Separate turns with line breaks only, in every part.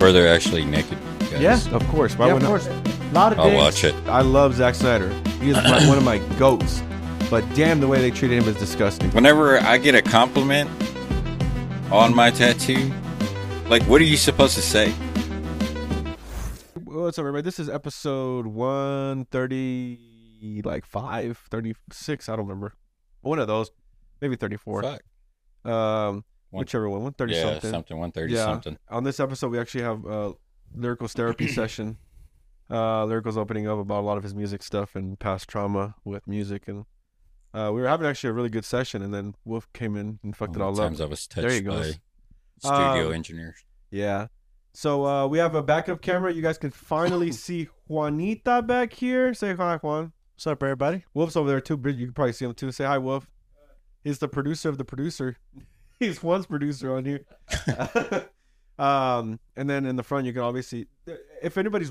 Are there actually naked guys?
Yeah, of course. Why
yeah, of
wouldn't I-
course. lot of
I'll
dicks.
watch it.
I love Zack Snyder. He is my, one of my goats. But damn, the way they treated him is disgusting.
Whenever I get a compliment on my tattoo, like, what are you supposed to say?
What's up, everybody? This is episode 130, like 5, 36. I don't remember. One of those. Maybe 34.
Fuck.
Um,
One-
Whichever one. 130
yeah,
something.
something, 130
Yeah.
something.
On this episode, we actually have a Lyrical's therapy session. Uh, Lyrical's opening up about a lot of his music stuff and past trauma with music. And uh, we were having actually a really good session. And then Wolf came in and fucked it
All
all
the
up.
Oh, times I was
There
touched
you go.
by studio
Um,
engineers.
Yeah. So uh, we have a backup camera. You guys can finally see Juanita back here. Say hi, Juan.
What's up, everybody?
Wolf's over there too. Bri- You can probably see him too. Say hi, Wolf. He's the producer of the producer. He's Juan's producer on here. um, and then in the front, you can obviously, if anybody's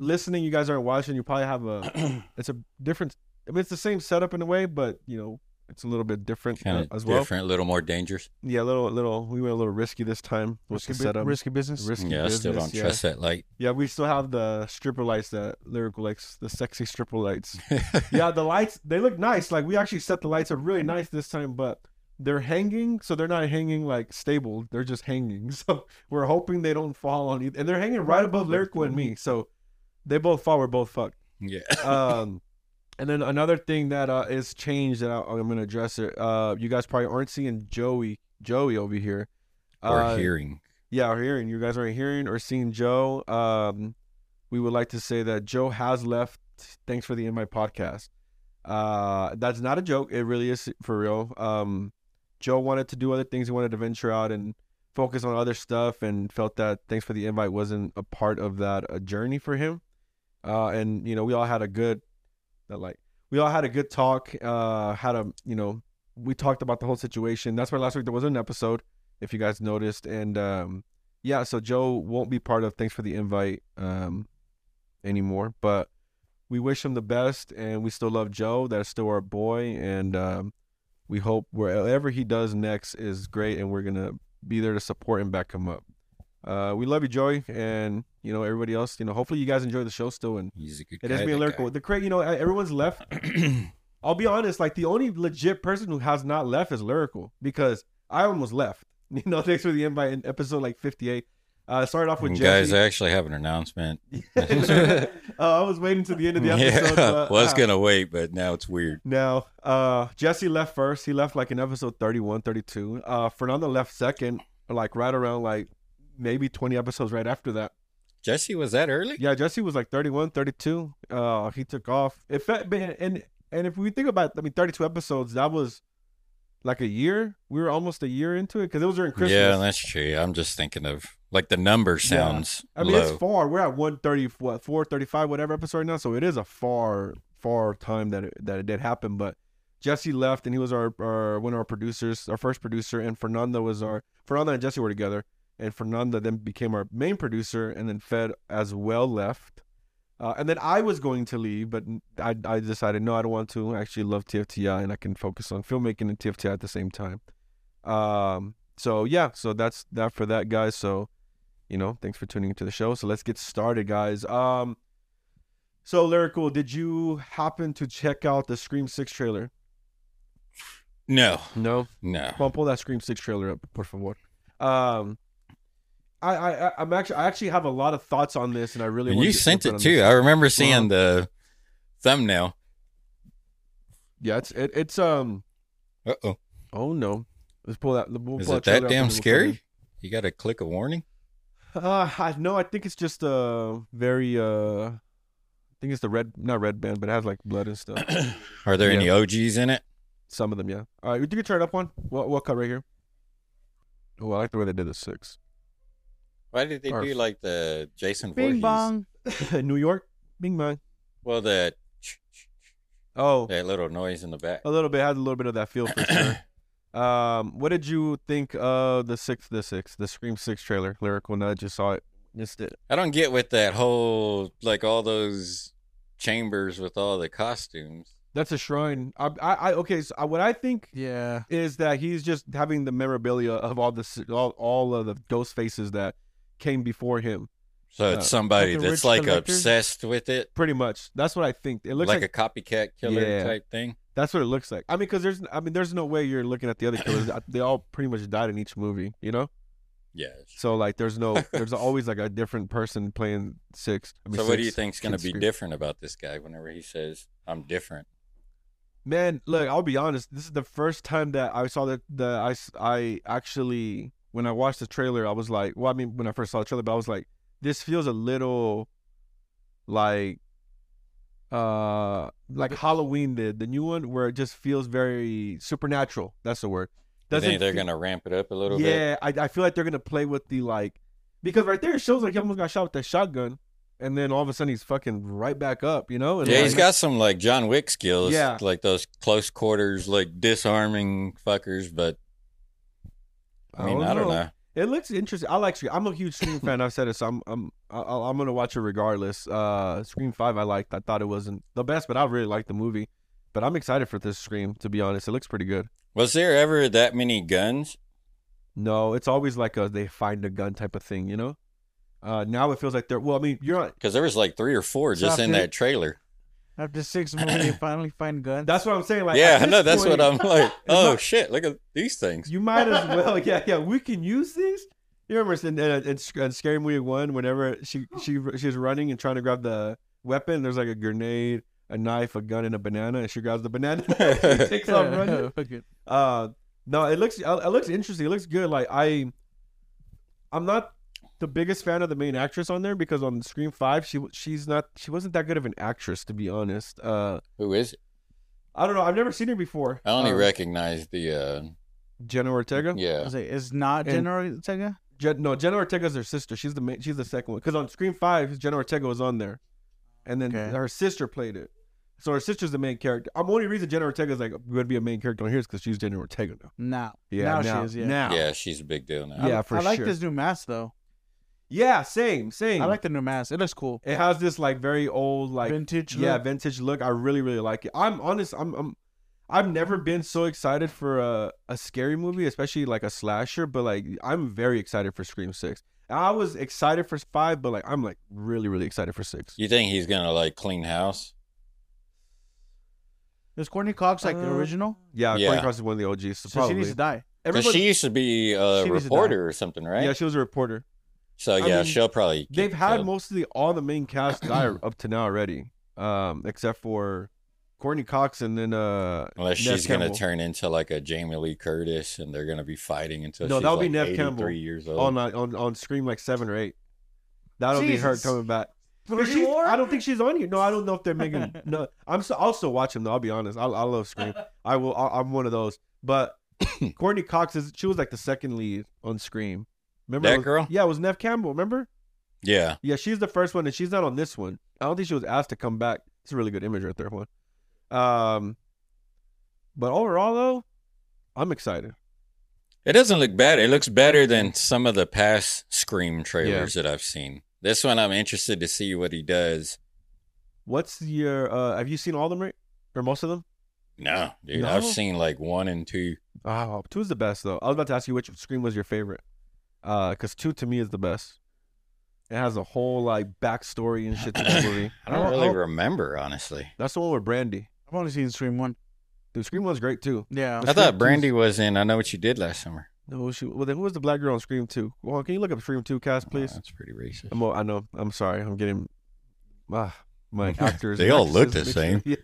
listening, you guys aren't watching. You probably have a. It's a different. I mean, it's the same setup in a way, but you know, it's a little bit different uh,
Kind of
as well.
different, a little more dangerous.
Yeah, a little, little. We went a little risky this time with
Risky,
the
bu-
setup.
risky business.
Risky
Yeah, I still
business,
don't trust that light.
yeah, we still have the stripper lights, the lyrical lights, the sexy stripper lights. yeah, the lights they look nice. Like we actually set the lights up really nice this time, but they're hanging, so they're not hanging like stable. They're just hanging. So we're hoping they don't fall on either. And they're hanging right above lyrical and me. So they both fall. We're both fucked.
yeah.
Um, and then another thing that uh, is changed that I, I'm gonna address it. Uh, you guys probably aren't seeing Joey, Joey over here.
or
Uh,
hearing.
yeah, or hearing you guys aren't hearing or seeing Joe. Um, we would like to say that Joe has left. Thanks for the in my podcast. Uh, that's not a joke. It really is for real. Um, Joe wanted to do other things. He wanted to venture out and focus on other stuff, and felt that thanks for the invite wasn't a part of that uh journey for him. Uh, and you know, we all had a good that like we all had a good talk. Uh, had a you know, we talked about the whole situation. That's why last week there wasn't an episode if you guys noticed. And um, yeah, so Joe won't be part of Thanks for the Invite um, anymore, but we wish him the best and we still love Joe. That's still our boy. And um, we hope wherever he does next is great and we're going to be there to support and back him up. Uh, we love you, Joey, and you know everybody else. You know, hopefully you guys enjoy the show still, and
He's a good
it
guy.
has been lyrical. The cra you know, e, everyone's left
lyrical.
I'll be honest, like the only legit person who has not left is Lyrical because I almost left. You know, thanks for the invite in episode like 58. Uh, started off with
guys,
Jesse.
I actually have an announcement.
uh, I was waiting to the end of the episode.
yeah,
but,
was
uh,
gonna wait, but now it's weird.
Now, uh, Jesse left first. He left like in episode 31, 32. Uh, Fernando left second, like right around like maybe 20 episodes right after that.
Jesse, was that early?
Yeah, Jesse was like 31, 32. Uh, he took off. If and and if we think about, I mean, 32 episodes, that was like a year. We were almost a year into it because it was during Christmas.
Yeah, that's true. I'm just thinking of like the number
Yeah.
sounds
I mean,
low.
it's far. We're at 130, what, 435, whatever episode right now. So it is a far, far time that it, that it did happen. But Jesse left and he was our, our one of our producers, our first producer. And Fernando was our, Fernando and Jesse were together. And Fernando then became our main producer and then Fed as well left. Uh, and then I was going to leave, but I, I decided, no, I don't want to. I actually love TFTI and I can focus on filmmaking and TFTI at the same time. Um, so yeah, so that's that for that, guys. So, you know, thanks for tuning into the show. So let's get started, guys. Um, so lyrical, did you happen to check out the Scream Six trailer?
no,
No.
no.
Come on, pull that Scream Six trailer up, por favor. Um, I, I, I- I'm actually, I actually have a lot of thoughts on this, and I really
And
want
you
your
sent
input
it
on
too.
this.
I remember seeing the thumbnail.
Yeah, it's it, it's um.
Uh oh,
Oh no, let's pull that. We'll
is
pull
it
trailer
that
up and then
damn
we'll
scary? You got to click a warning.
Uh, I no, I think it's just uh very uh, I think it's the red, not red band, but it has like blood and stuff.
Are there
Yeah.
any OGs in it?
Some of them, yeah. All right, you can turn it up one. What what cut right here? Oh, I like the way they did the six.
Why did they
Or-
do like the Jason
Bing
Voorhees?
bong.
New York, Bing Bang.
Well, the
Oh,
that little noise in the back.
a little bit had a little bit of that feel Oh, for sure. Um, what did you think of the six, the six, the Scream Six trailer? Lyrical, now that you saw it, missed it.
I don't get with that whole like all those chambers with all the costumes.
That's a shrine. I, I, I okay. So I, what I think
Yeah.
is that he's just having the memorabilia of all the s- all, all of the ghost faces that came before him.
So
Uh,
it's somebody
like the
that's
rich
like
collector?
obsessed with it,
Pretty much. That's what I think. It looks
like,
like,
a copycat killer
Yeah.
type thing.
that's what it looks like. I mean, because there's I mean, there's no way you're looking at the other killers. they all pretty much died in each movie, you know.
Yeah. So,
So like, there's no, there's always like a different person playing six. I mean,
what do
six.
you think's going to
Kid
be
Scream.
different about this guy whenever he says, "I'm different"?
Man, look, I'll be honest. This is the first time that I saw that the I s- I actually when I watched the trailer, I was like, well, I mean, when I first saw the trailer, but I was like, this feels a little like uh like Halloween did the new one where it just feels very supernatural. That's the word.
You
Doesn't
think they're
fe-
going to ramp it up a little bit?
yeah, I, I feel like they're gonna play with the like because right there it shows like he almost got shot with that shotgun, and then all of a sudden he's fucking right back up, you know? And
Yeah,
like,
he's got some like John Wick skills,
Yeah.
like those close quarters, like disarming fuckers. But I mean, I don't know.
It looks interesting. I like Scream. I'm a huge Scream fan. I've said it, so I'm I'm I- I'm gonna watch it regardless. Uh, Scream Five, I liked. I thought it wasn't the best, but I really liked the movie. But I'm excited for this Scream. To be honest, it looks pretty good.
Was there ever that many guns?
No, it's always like a they find a gun type of thing, you know. Uh, now it feels like they're well. I mean, you're on.
Because there was like three or four just
Stop
in
it.
that trailer.
After six movies, you finally find guns.
That's what I'm saying. Like,
yeah,
at
I know.
this
That's
point,
what I'm like. Oh
not-
shit! Look at these things.
You might as well, yeah, yeah. We can use these. You remember in, in, in, in Scary Movie One, whenever she she she was running and trying to grab the weapon, there's like a grenade, a knife, a gun, and a banana, and she grabs the banana. she takes off running.
Fucking-
Uh, no, it looks uh, it looks interesting. It looks good. Like I, I'm not the biggest fan of the main actress on there because on Scream Five, she she's not she wasn't that good of an actress to be honest. Uh,
Who is it?
I don't know. I've never seen her before.
I only
Uh,
recognize the. uh
Jenna Ortega.
I
Yeah,
was like, it's not
And-
General Ortega?
Jen, no, Jenna Ortega's her sister. She's the main, she's the second one because on Scream Five, Jenna Ortega was on there, and then
Okay.
her sister played it. So her sister's the main character. I'm only reason Jenna Ortega's like going to be a main character on here is because she's Jenna Ortega now.
Now.
Yeah,
now,
now,
she is, yeah.
now.
yeah, she's a big deal now.
I-
Yeah, for
I like
sure.
this new mask, though.
Yeah, same, same.
I like the new mask. It looks cool.
it has this like very old like
Vintage.
yeah
look.
vintage look. I really really like it. I'm honest. I'm I'm I've never been so excited for a a scary movie, especially like a slasher. But like I'm very excited for Scream Six. I was excited for five, but like I'm like really really excited for six.
You think he's gonna like clean house?
Is Courtney Cox like the
Uh,
original?
Yeah,
Yeah.
Courtney Cox is one of the OGs. So,
So
probably.
she needs to die.
Because she used to be a
She was a
reporter or something, right?
Yeah, she was a reporter.
so
I
yeah,
mean,
she'll probably. get
They've had
killed.
mostly all the main cast die up to now already, um, except for Courtney Cox and then uh,
Unless
Nev
she's going to
Campbell.
turn into like a Jamie Lee Curtis and they're going to be fighting until
No,
she's
that would be
like
Nev
83
Campbell. Oh,
years
on uh,
old.
on on Scream like seven or eight. That'll be her
Jesus.
coming back. But she's- I don't think she's on here. No, I don't know if they're making. no, I'm so I'll still watch them though. I'll be honest. I, I love Scream. I will. I, I'm one of those. But Courtney Cox is she was like the second lead on Scream. Remember
That
it was-
girl?
Yeah, it was Nev Campbell. Remember?
yeah.
Yeah, she's the first one, and she's not on this one. I don't think she was asked to come back. It's a really good image right there, one. Um, but overall though, I'm excited.
It doesn't look bad. It looks better than some of the past Scream trailers that I've seen. This one, I'm interested to see what he does.
What's your? Uh, have you seen all of them right? or most of them?
No, dude, I've
No?
seen like one and two.
Oh, two is the best though. I was about to ask you which Scream was your favorite, Uh, 'cause because two to me is the best. It has a whole like backstory and shit to the movie. Oh,
I don't
I'll-
really
I'll-
remember, honestly.
That's the one with Brandy.
I've only seen Scream 1.
Dude, Scream one's great too.
Yeah.
Let's
I
go
thought
to-
Brandy was in I Know What You Did Last Summer.
Who was she? Well, then who was the black girl on Scream two? Well, can you look up Scream two cast,
Oh,
please?
that's pretty racist.
I'm, I know. I'm sorry. I'm getting ah my actors.
They
and
all look
actresses
the
mixed up. Yeah.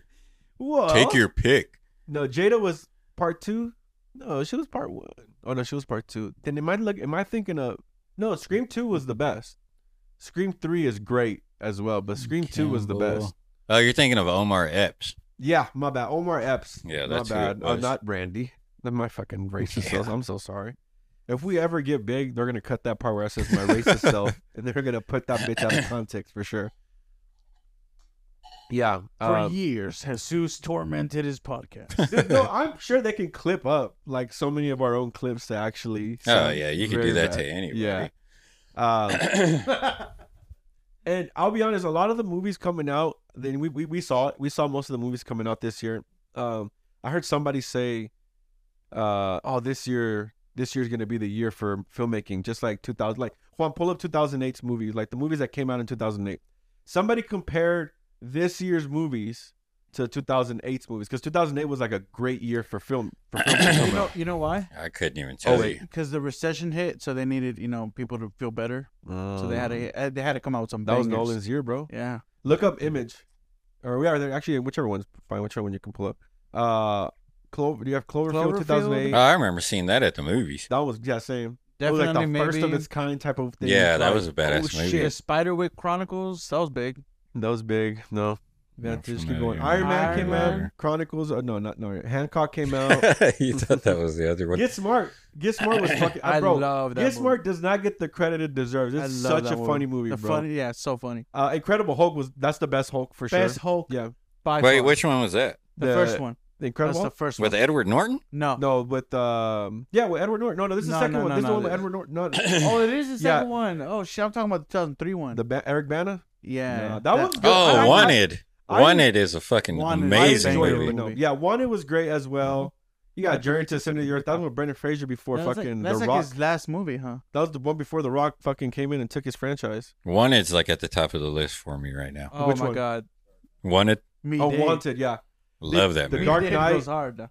Well,
Take your pick.
no. Jada was part two. No, she was part one. Oh no, she was part two. Then am I look? Am I thinking of? No, Scream two was the best. Scream three is great as well, but Scream two was the
Campbell.
best.
Oh, you're thinking of Omar Epps.
Yeah, my bad. Omar Epps.
Yeah,
my
that's who it
bad. Uh,
was.
not Brandy. Not my fucking racist
Yeah.
self. I'm so sorry. If we ever get big, they're gonna cut that part where I says my racist self, and they're gonna put that bitch out of context for sure. Yeah.
For
um,
years, Jesus tormented his podcast.
dude, no, I'm sure they can clip up like so many of our own clips to actually.
Oh,
sound
yeah, you could
very
do that
bad.
to anybody.
Yeah. Um, and I'll be honest, a lot of the movies coming out, then we, we we saw it. We saw most of the movies coming out this year. Um, I heard somebody say, uh, "Oh, this year this year's going to be the year for filmmaking, just like 2000, like Juan, pull up 2008's movies, like the movies that came out in 2008. Somebody compared this year's movies to 2008's movies because 2008 was like a great year for film. For film
you know, you know why?
I couldn't even tell
Oh, wait.
you.
Because the recession hit, so they needed you know people to feel better, so they had to uh, they had to come out with some.
Oh. Mm. that was
bangers.
Nolan's year, bro.
Yeah,
Look up image, or we are there actually whichever one's fine, whichever one you can pull up. Uh, Clover, do you have Cloverfield,
Cloverfield?
2008?
Oh, I remember seeing that at the movies.
that was yeah same. It was
definitely.
like the
maybe.
first of its kind type of thing.
Yeah, that
Like,
was a badass
oh
movie.
shit, Spiderwick Chronicles. That was big.
that was big. No, yeah,
Not
just keep
familiar.
going. Iron Man
Iron
came out.
Man.
Chronicles. Oh, no, not no. Hancock came out.
you thought that was the other one.
Get Smart. Get Smart was fucking. uh,
I
bro,
love that.
Get
movie.
Smart does not get the credit it deserves.
I
It's
love
such
that
a funny movie,
The
bro.
funny, yeah, it's so funny.
Uh, Incredible Hulk was that's the best Hulk for
Best
sure.
Hulk
Yeah,
by
Wait,
far.
which one was that?
the,
the-
first one?
the
That's
Incredible.
the
Hulk?
first
With
one.
Edward Norton?
No,
no, with um, yeah, with Edward Norton. No, no, this is
No,
the second
no,
one.
no,
this is the
no,
one with
the-
Edward Norton. No,
Oh, it is the
Yeah.
second one. Oh shit, I'm talking about the 2003 one.
the ba- Eric Bana.
yeah,
No, that one's good. I
Oh,
like-
Wanted.
I-
Wanted is a fucking
Wanted.
amazing
I enjoyed
movie.
It, but no.
movie.
Yeah, Wanted was great as well. You
Yeah,
got Journey to the Center of the Earth. That was with Brendan Fraser before
That's Mm-hmm. like-
fucking
that's
The
like
Rock.
his last movie, huh?
That was the one before The Rock fucking came in and took his franchise.
Wanted's like at the top of the list for me right now.
Oh
Which
my
one?
god,
Wanted,
Me
oh,
Day.
Wanted, yeah.
love that
The
movie.
Dark
Dark
Knight.
Knight goes hard.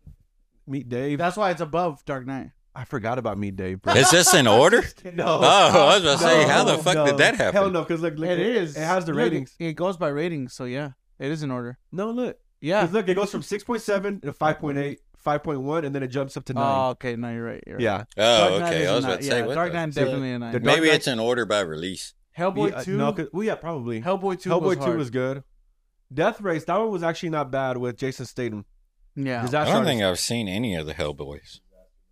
Meet Dave.
That's why it's above Dark Knight.
I forgot about Meet Dave, bro.
Is this in order?
no.
Oh, I was about to say, how the
No,
fuck
no.
did that happen?
Hell no, because look, look,
it is.
It has the
Look,
ratings.
It goes by ratings, so yeah, it is in order.
No, look.
Yeah.
'Cause Look, it goes from 6.7 to 5.8, 5.1, and then it jumps up to 9.
Oh, okay. No, you're right. You're right.
yeah.
Oh,
Dark Knight
okay.
is
I
a
was
nine-
about to say,
yeah,
what
Dark
the
Knight's
fuck?
definitely a nine.
The Dark
Maybe
Knight-
it's in order by release.
Hellboy
yeah,
two.
No, 'cause- well, yeah, probably.
Hellboy two.
Hellboy
was
2
hard.
was good. Death Race, that one was actually not bad with Jason Statham.
Yeah.
I
Disaster
don't think
Artist.
I've seen any of the Hellboys.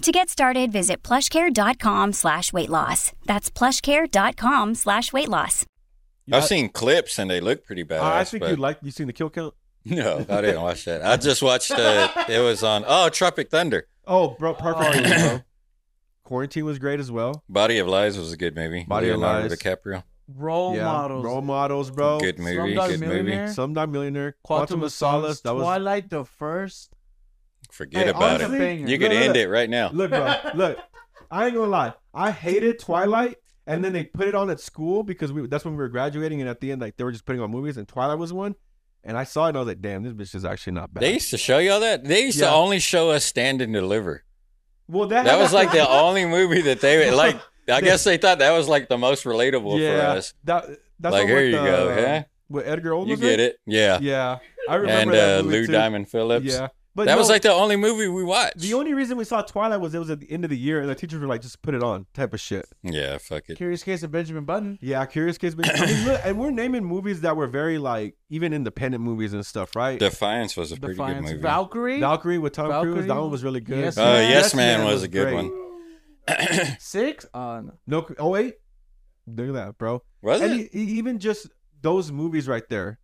To get started, visit plushcare.com slash weight loss. That's plushcare.com slash weight loss.
I've seen clips and they look pretty badass.
I, I think
but-
you like. You seen the kill count?
No, I didn't watch that. I just watched uh, it was on oh Tropic Thunder.
Oh, bro, perfect.
Oh.
bro. Quarantine was great as well.
Body of Lies was a good movie.
Body of
Leonardo
Lies.
DiCaprio.
Role
Yeah.
models.
Role models, bro.
good movie.
Slumdog
Good movie.
Millionaire.
Slumdog Millionaire.
Quantum, of Solace.
That was
Twilight the first.
Forget
Hey,
about
honestly,
it.
banger.
You could
look,
end
look.
it right now.
Look, bro, look. I ain't gonna lie. I hated Twilight, and then they put it on at school because we that's when we were graduating, and at the end, like they were just putting on movies, and Twilight was one. And I saw it, and I was like, "Damn, this bitch is actually not bad."
They used to show y'all that. They used to
Yeah.
only show us Stand and Deliver.
well, that,
That was like the only movie that they like. I guess they thought that was like the most relatable for
yeah.
us.
That that's
like
what
here
with,
you go,
uh,
yeah.
With Edgar Olmos,
You get it, yeah.
Yeah, I
And
remember
uh,
that movie
Lou
too.
Diamond Phillips.
Yeah, but
that
no,
was like the only movie we watched.
the only reason we saw Twilight was it was at the end of the year, and the teachers were like, "Just put it on," type of shit.
yeah, fuck it.
Curious Case of Benjamin Button.
Yeah, Curious Kids. but- I mean, look, and we're naming movies that were very like even independent movies and stuff, right?
Defiance was a pretty
Defiance.
good movie.
Valkyrie.
Valkyrie with Tom Cruise.
Valkyrie?
That one was really good.
Yes,
Uh,
Man.
yes, man, was, a good
great.
one.
Six on.
No, oh wait, look at that, bro.
Was
And
it?
e- e- even just those movies right there.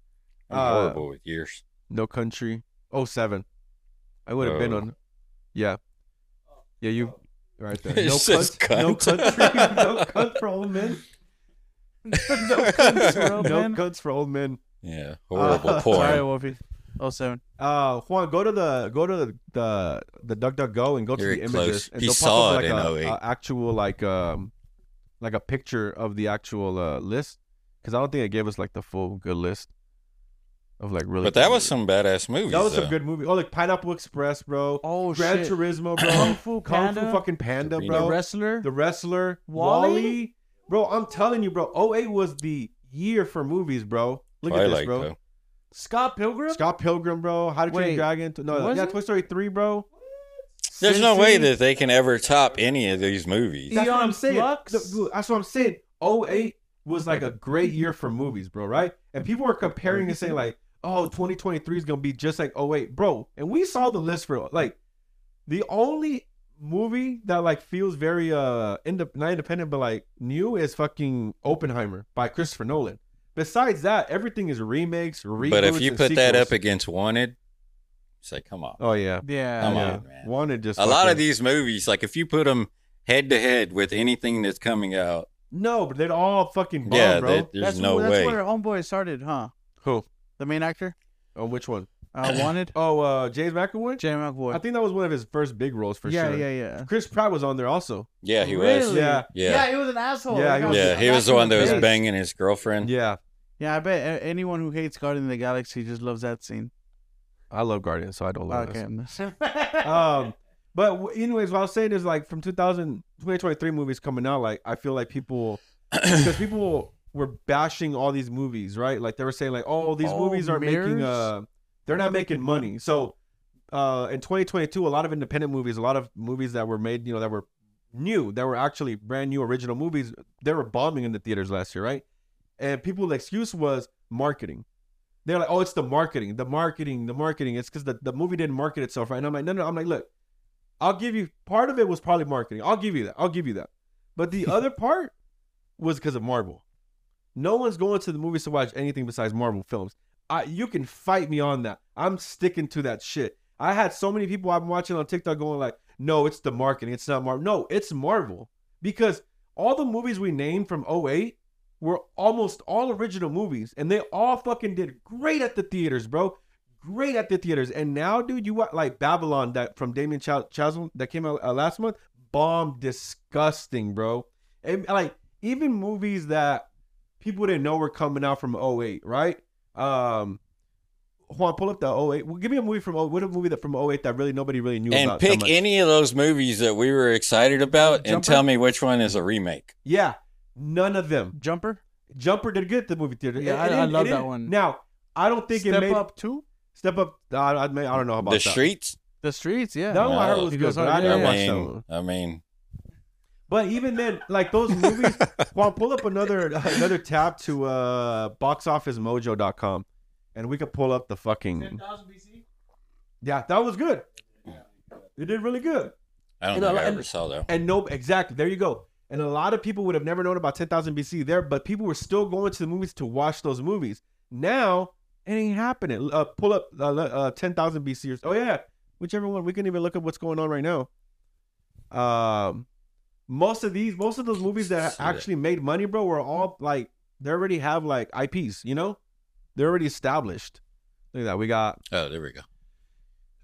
I'm
uh,
horrible with years.
No Country. Oh seven. I would have been
Whoa.
on. Yeah, yeah, you right there.
It
No,
says
cunt, no
cunt.
country. No cunt for old men.
Bro,
No
man.
cunts for old men.
Yeah, horrible
Uh,
porn.
Sorry, Wolfie. Oh seven.
Uh, Juan, go to the go to the the, the DuckDuckGo and go
You're
to the
close.
images. And
He
they'll pop
saw
up
it
like
in
a-
08.
a actual like um like a picture of the actual uh, list because I don't think it gave us like the full good list of like really.
but
good
that was some
movies.
badass movies.
that was
though.
some good movie. Oh, like Pineapple Express, bro.
Oh
Gran
shit.
Turismo, bro.
Kung Fu
Kung Fu
Panda.
fucking Panda,
The
bro.
The wrestler.
The wrestler, Wally.
Wall-E?
Bro, I'm telling you, bro. 08 was the year for movies, bro. Look at this,
Twilight,
bro.
though.
Scott Pilgrim.
Scott Pilgrim, bro. How to Train
Wait,
Your Dragon. t- No,
was
yeah,
it?
Toy Story three, bro.
There's
Sin
no way
City.
that they can ever top any of these movies.
That's what I'm
Eon
saying.
Flux?
The- look, that's what I'm saying. 08 was like a great year for movies, bro. Right? And people are comparing and saying like, "Oh, 2023 is gonna be just like 08, bro." And we saw the list for like the only movie that like feels very uh indep- not independent but like new is fucking Oppenheimer by Christopher Nolan. Besides that, everything is remakes, reboots.
But if you
and
put that
sequels.
up against Wanted, it's like, come on.
oh yeah,
Yeah.
Come
yeah.
on, man.
Wanted just
a lot
fucking-
of these movies, like if you put them head to head with anything that's coming out,
No, but they'd all fucking bomb,
yeah,
bro.
that- there's
that's,
no
that's
way.
where Homeboy started, huh?
Who?
The main actor?
Oh, which one?
Uh, wanted?
Oh, uh, James McAvoy.
Jamie McAvoy.
I think that was one of his first big roles for
yeah,
sure.
yeah, yeah.
Chris Pratt was on there also.
yeah, he was.
Really?
Yeah.
Yeah.
he was an asshole.
Yeah,
Like,
he
I
was-
Oh, Yeah, he was the
back
one
in
that was
days.
banging his girlfriend.
Yeah,
Yeah, I bet a- anyone who hates Guardian of the Galaxy just loves that scene.
I love Guardians, so I don't love
okay.
this.
I'm-
Um, but w- anyways, what I was saying is like from 2000, 2023 movies coming out, like I feel like people because people were bashing all these movies, right? Like they were saying like, oh, these
Oh,
movies aren't making
mirrors?
uh, they're not making money. So uh, in 2022, a lot of independent movies, a lot of movies that were made, you know, that were new, that were actually brand new original movies, they were bombing in the theaters last year, right? And people's excuse was marketing. They're like, oh, it's the marketing, the marketing, the marketing. It's because the, the movie didn't market itself right. And I'm like, no, no. I'm like, look, I'll give you part of it was probably marketing. I'll give you that. I'll give you that. But the other part was because of Marvel. No one's going to the movies to watch anything besides Marvel films. I, you can fight me on that. I'm sticking to that shit. I had so many people I've been watching on TikTok going like, no, it's the marketing. It's not Marvel. No, it's Marvel. Because all the movies we named from 08 were almost all original movies. And they all fucking did great at the theaters, bro. Great at the theaters. And now, dude, you wa- like Babylon that from Damien Ch- Chasm that came out uh, last month. Bomb disgusting, bro. And like even movies that people didn't know were coming out from 08, right? Um Juan, pull up the 08. Well, give me a movie from 08. What a movie that from 08 that really nobody really knew
And
about. that
pick
much.
any of those movies that we were excited about and
Jumper?
tell me which one is a remake.
Yeah, none of them.
Jumper?
Jumper did good at the movie theater.
Yeah,
It-
I-
it
I
didn't-
love
it
that
didn't-
one.
Now, I don't think it
Step
made
Up 2?
Step Up. I, I, may, I don't know about
the
that.
Streets?
The Streets, yeah.
That one I heard
No.
was
He
good,
goes
but
hard, Uh,
I didn't
yeah.
watch
I
that
mean,
one.
I mean,
But even then, like those movies, well, pull up another another tab to uh, boxofficemojo.com, and we could pull up the fucking. Yeah, that was good. It did really good.
I don't
And
think
I-
I
and-
ever saw that.
And no, exactly. There you go. And a lot of people would have never known about 10,000 BC there, but people were still going to the movies to watch those movies. Now it ain't happening. Uh, pull up uh, le- uh, 10,000 BC. Or, oh yeah, whichever one. We can even look up what's going on right now. Um, most of these, most of those movies that
Shit.
actually made money, bro, were all like they already have like IPs. You know, they're already established. Look at that. We got
Oh, there we go.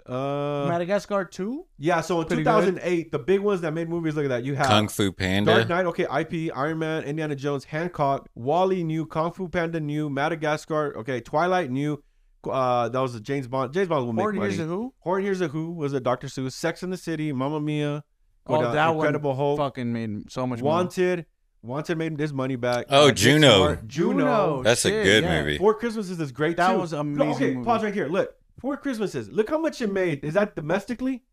uh,
Madagascar 2?
yeah. So in
Pretty good.
2008, the big ones that made movies. Look at that. You have
Kung Fu Panda.
Dark Knight, okay, IP, Iron Man, Indiana Jones, Hancock, Wally new, Kung Fu Panda new, Madagascar, okay, Twilight new. Uh, that was a James Bond. James Bond will make
Horn Years
money.
of Who?
Horn Here's a Who was a Dr. Seuss, Sex in the City, Mamma Mia,
Oh,
uh,
that one
Incredible Hulk,
Fucking made so much money.
Wanted, Wanted made his money back.
Oh,
Dick
Juno.
Smart, Juno.
That's a good movie.
Four Christmases is great
That
too.
was
Go-
amazing
Okay,
movie.
pause right here. Look, Four Christmases. Look how much it made. Is that domestically?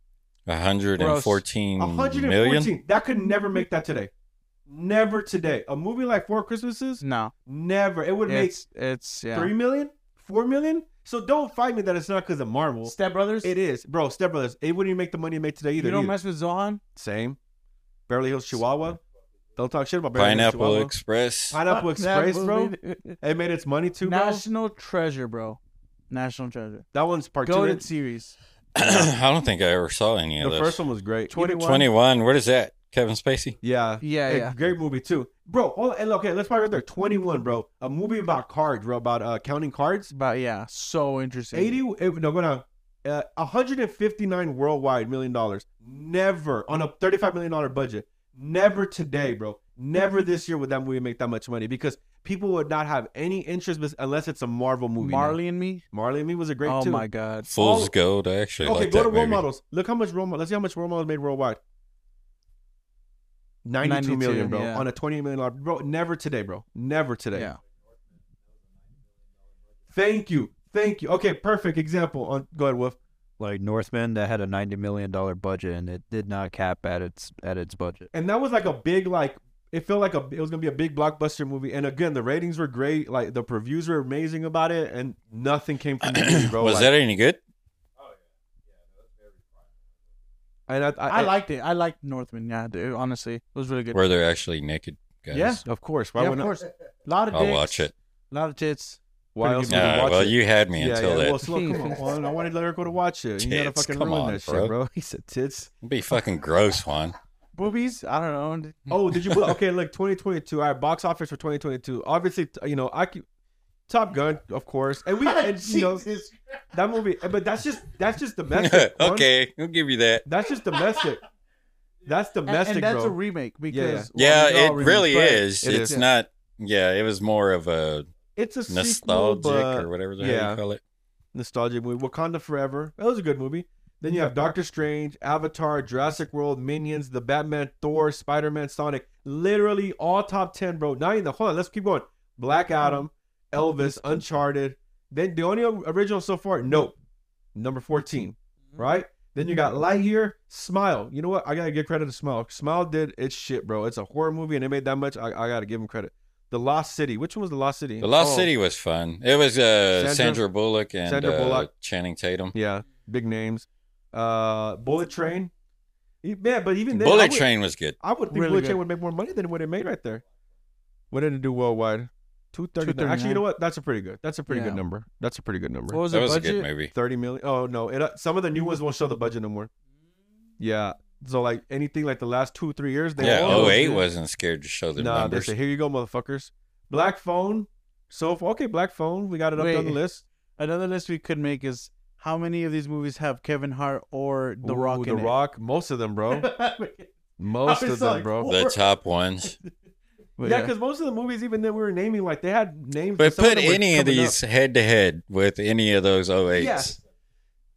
114
114
Mm, million.
That could never make that today. Never today. A movie like Four Christmases,
No.
never. It would make
It's, it's, yeah.
three million, four million. So don't fight me that it's not because of Marvel.
Step Brothers?
it is, bro. Step Brothers. It wouldn't even make the money it made today either.
you don't
either.
mess with Zohan?
Same. Beverly Hills Chihuahua. Don't talk shit about Beverly
Pineapple
Hills
Express.
Chihuahua. Pineapple
Fuck that
Express, bro.
movie.
It made its money too, bro.
National Treasure, bro. National Treasure.
That one's part two.
Goated
and-
series.
I don't think I ever saw any
The
of those.
first one was great.
21.
21. What is that? Kevin Spacey?
Yeah.
Yeah,
Hey,
yeah.
Great movie too. Bro, hold on. Hey, look, Okay, let's probably right there. 21, bro. A movie about cards, bro, about uh, counting cards.
But yeah, so interesting.
80 it, eh, no, go down. Uh, 159 worldwide million dollars. Never on a 35 million dollar budget. Never today, bro. Never this year would that movie make that much money because people would not have any interest bes- unless it's a Marvel movie. now.
Marley and Me.
Marley and me was a great
oh
too.
my God.
Fool's
Oh.
Gold. I actually
Okay,
like
go
that
to role
movie.
models. Look how much role models. Let's see how much role models made worldwide. 92
92,
million, bro,
yeah.
on a 28 million dollar, bro. Never today, bro. Never today.
Yeah.
Thank you, thank you. Okay, perfect example. On go ahead, Wolf.
like Northman that had a ninety million dollar budget and it did not cap at its at its budget.
And that was like a big, like it felt like a it was gonna be a big blockbuster movie. And again, the ratings were great. Like the reviews were amazing about it, and nothing came from the movie, bro.
was
like,
that any good?
And I, I,
I, liked it. I liked Northman. Yeah, dude, honestly, it was really good.
Where they're actually naked guys.
Yeah.
Of course. Why
Yeah, of
wouldn't? I-
course. A lot of
I'll
dicks,
watch it.
lot of tits.
Why
Pretty
else
good
would you
movie.
Nah,
watch
well,
it?
you had me until
yeah.
that.
Well, slow, come on. Juan. I wanted to let her go to watch it. You gotta
Tits,
fucking
come
ruin
on,
that
bro.
shit, bro. He said tits.
It'd be fucking gross, Juan.
Boobies? I don't know.
Oh, did you? Okay, look, 2022. All right, box office for 2022. Obviously, t- you know, I keep Top Gun, of course, and we, and, you know, that movie. But that's just that's just domestic. Juan.
okay, I'll give you that.
that's just domestic. That's
And,
domestic,
and that's
bro.
a remake
yeah.
because
Yeah,
these are
it
all remakes,
really
but
is.
it
it's
is.
not. Yeah, it was more of a
it's a sequel,
nostalgic
but
or whatever the hell
yeah.
you call it.
nostalgic movie. Wakanda Forever. That was a good movie. Then you have Doctor Strange, Avatar, Jurassic World, Minions, The Batman, Thor, Spider Man, Sonic. Literally all top ten, bro. Not even the hold on. Let's keep going. Black Adam, Elvis, Uncharted. Then the only original so far, Nope, number fourteen, right? Then you got Lightyear, Smile. You know what? I gotta give credit to Smile. Smile did its shit, bro. It's a horror movie, and it made that much. I, I gotta give him credit. The Lost City. Which one was the Lost City?
The Lost
Oh,
City was fun. It was uh,
Sandra-
Sandra, Bullock and
Sandra
uh,
Bullock.
Channing Tatum.
Yeah, big names. Uh, Bullet Train. E- Man, but even then, I
Bullet
would,
Train was good.
I would think
Really
Bullet
good.
Train would make more money than what it made right there. What did it do worldwide? Two thirty. Actually, you
239.
know what? That's a pretty good. That's a pretty
Yeah.
good number. That's a pretty good number.
what was
that
the
was
budget?
a good movie.
Thirty million. Oh no, it, uh, some of the new ones won't show the budget no more. Yeah. So like anything like the last two three years, they
yeah,
all-
oh eight wasn't scared to show the
Nah, they
numbers.
said here you go, motherfuckers. Black phone. So okay, black phone. We got it up there on the
Wait.
list.
Another list we could make is how many of these movies have Kevin Hart or The
Ooh,
Rock
The
in
Rock. Most of them, bro.
it?
Most of
was
them,
like,
bro.
the top ones.
But
yeah, because most of the movies, even that we were naming, like they had names.
But
some
put
them were
any of
coming up.
these head to head with any of those 08s.
Yeah.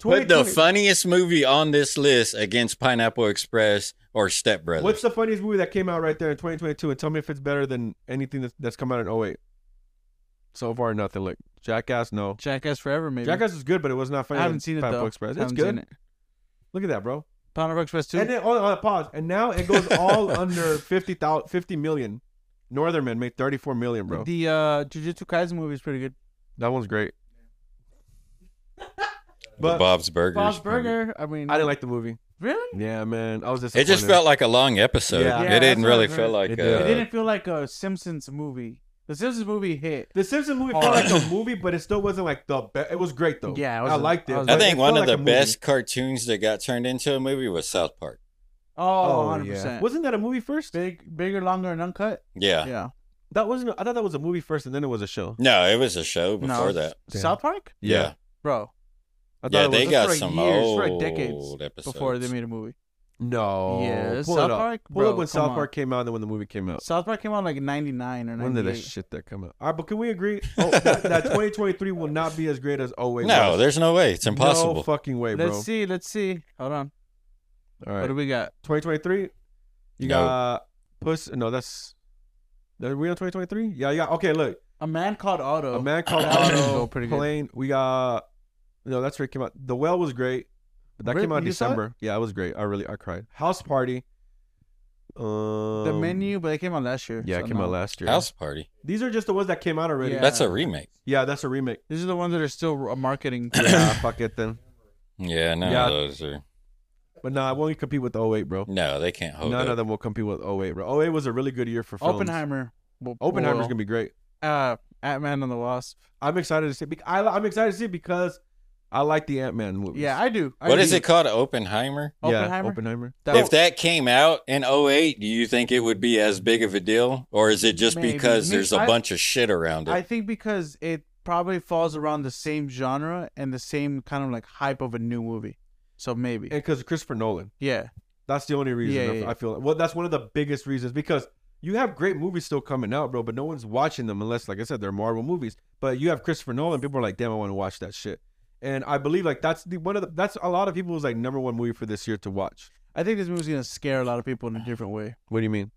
Put the
2020
funniest movie on this list against Pineapple Express or Step Brothers.
What's the funniest movie that came out right there in 2022? And tell me if it's better than anything that's, that's come out in 08. So far, nothing. Like Jackass, no.
Jackass Forever, maybe.
Jackass is good, but it was not funny.
I haven't
than
seen it
Pineapple
though.
Express.
I
It's
haven't seen
good.
it.
Look at that, bro.
Pineapple Express too.
And then hold on, hold on, pause. And now it goes all under 50, 50 million. Northernman made 34 million, bro.
The uh, Jujutsu Kaisen movie is pretty good.
That one's great.
The
But
Bob's Burgers?
Bob's
movie.
Burger. I mean,
I didn't like the movie.
really.
Yeah, man. I was
It
disappointed.
just felt like a long episode.
Yeah.
Yeah,
it
that's
didn't
what I
really
heard.
feel like.
It
uh,
did.
it didn't feel like a Simpsons movie. The Simpsons movie hit.
The Simpsons movie
Oh.
felt like a movie, but it still wasn't like the best. It was great though.
Yeah, it
I
wasn't-
liked it.
I was-
I
but it
think
felt
one
like
of
a
the
movie.
best cartoons that got turned into a movie was South Park.
Oh,
Oh,
100
yeah.
percent.
Wasn't that a movie first?
big, bigger, longer, and uncut?
Yeah.
yeah.
That wasn't. I thought that was a movie first, and then it was a show.
No, it was a show
No,
before
it's-
that.
Yeah.
South Park,
Yeah.
bro.
I thought
Yeah,
it was,
they
that's
got
for
some
years,
old
for decades
episodes.
before they made a movie.
no.
Yes,
Pull it
South
up.
Park,
Pull
bro,
up when
come
South
on.
Park came out, and then when the movie came out.
South Park came out in, like '99 or
When did that
'98.
shit that come out? All right, but can we agree? Oh, that, that 2023 will not be as great as 08.
no,
was.
there's no way. It's impossible.
No fucking way, bro.
Let's see. Let's see. Hold on.
All
What
right,
do we got?
2023. You
No.
got puss. No, that's. Are we on 2023? Yeah, yeah. Okay, look.
A man called Otto.
A Man Called
That one
Auto.
was pretty good.
Plane. We got. No, that's where it came out. The Well was great, but that
Really?
came out in
You saw it?
December. Yeah, it was great. I really I cried. House Party. Um,
the menu, but it came out last year.
Yeah,
so
it came
no.
out last year.
House Party.
These are just the ones that came out already.
Yeah.
Yeah,
That's a remake.
that's a remake.
These are the ones that are still uh, marketing.
yeah, fuck it then.
Yeah, no,
Yeah.
those are.
But no, I won't compete with 08, bro.
No, they can't hold
None
up.
of them will compete with 08, bro. 08 was a really good year for films.
Oppenheimer.
Oppenheimer's gonna be great.
be uh, Ant Man and the Wasp.
I'm excited to see. bec- I, I'm excited to see because I like the Ant Man movies.
Yeah, I do. I
What is
do.
it called? Oppenheimer?
Yeah,
Oppenheimer?
Oppenheimer.
That
if that came out in 08, do you think it would be as big of a deal? Or is it just
Maybe.
because
Me-
there's a
I-
bunch of shit around it?
I think because it probably falls around the same genre and the same kind of like hype of a new movie. So maybe.
And because Christopher Nolan.
yeah.
That's the only reason
Yeah,
I-
yeah,
I feel. Well, that's one of the biggest reasons because you have great movies still coming out, bro, but no one's watching them unless, like I said, they're Marvel movies. But you have Christopher Nolan, people are like, "Damn, I want to watch that shit." And I believe like that's the one of the that's a lot of people's like number one movie for this year to watch.
I think this movie's going to scare a lot of people in a different way.
What do you mean?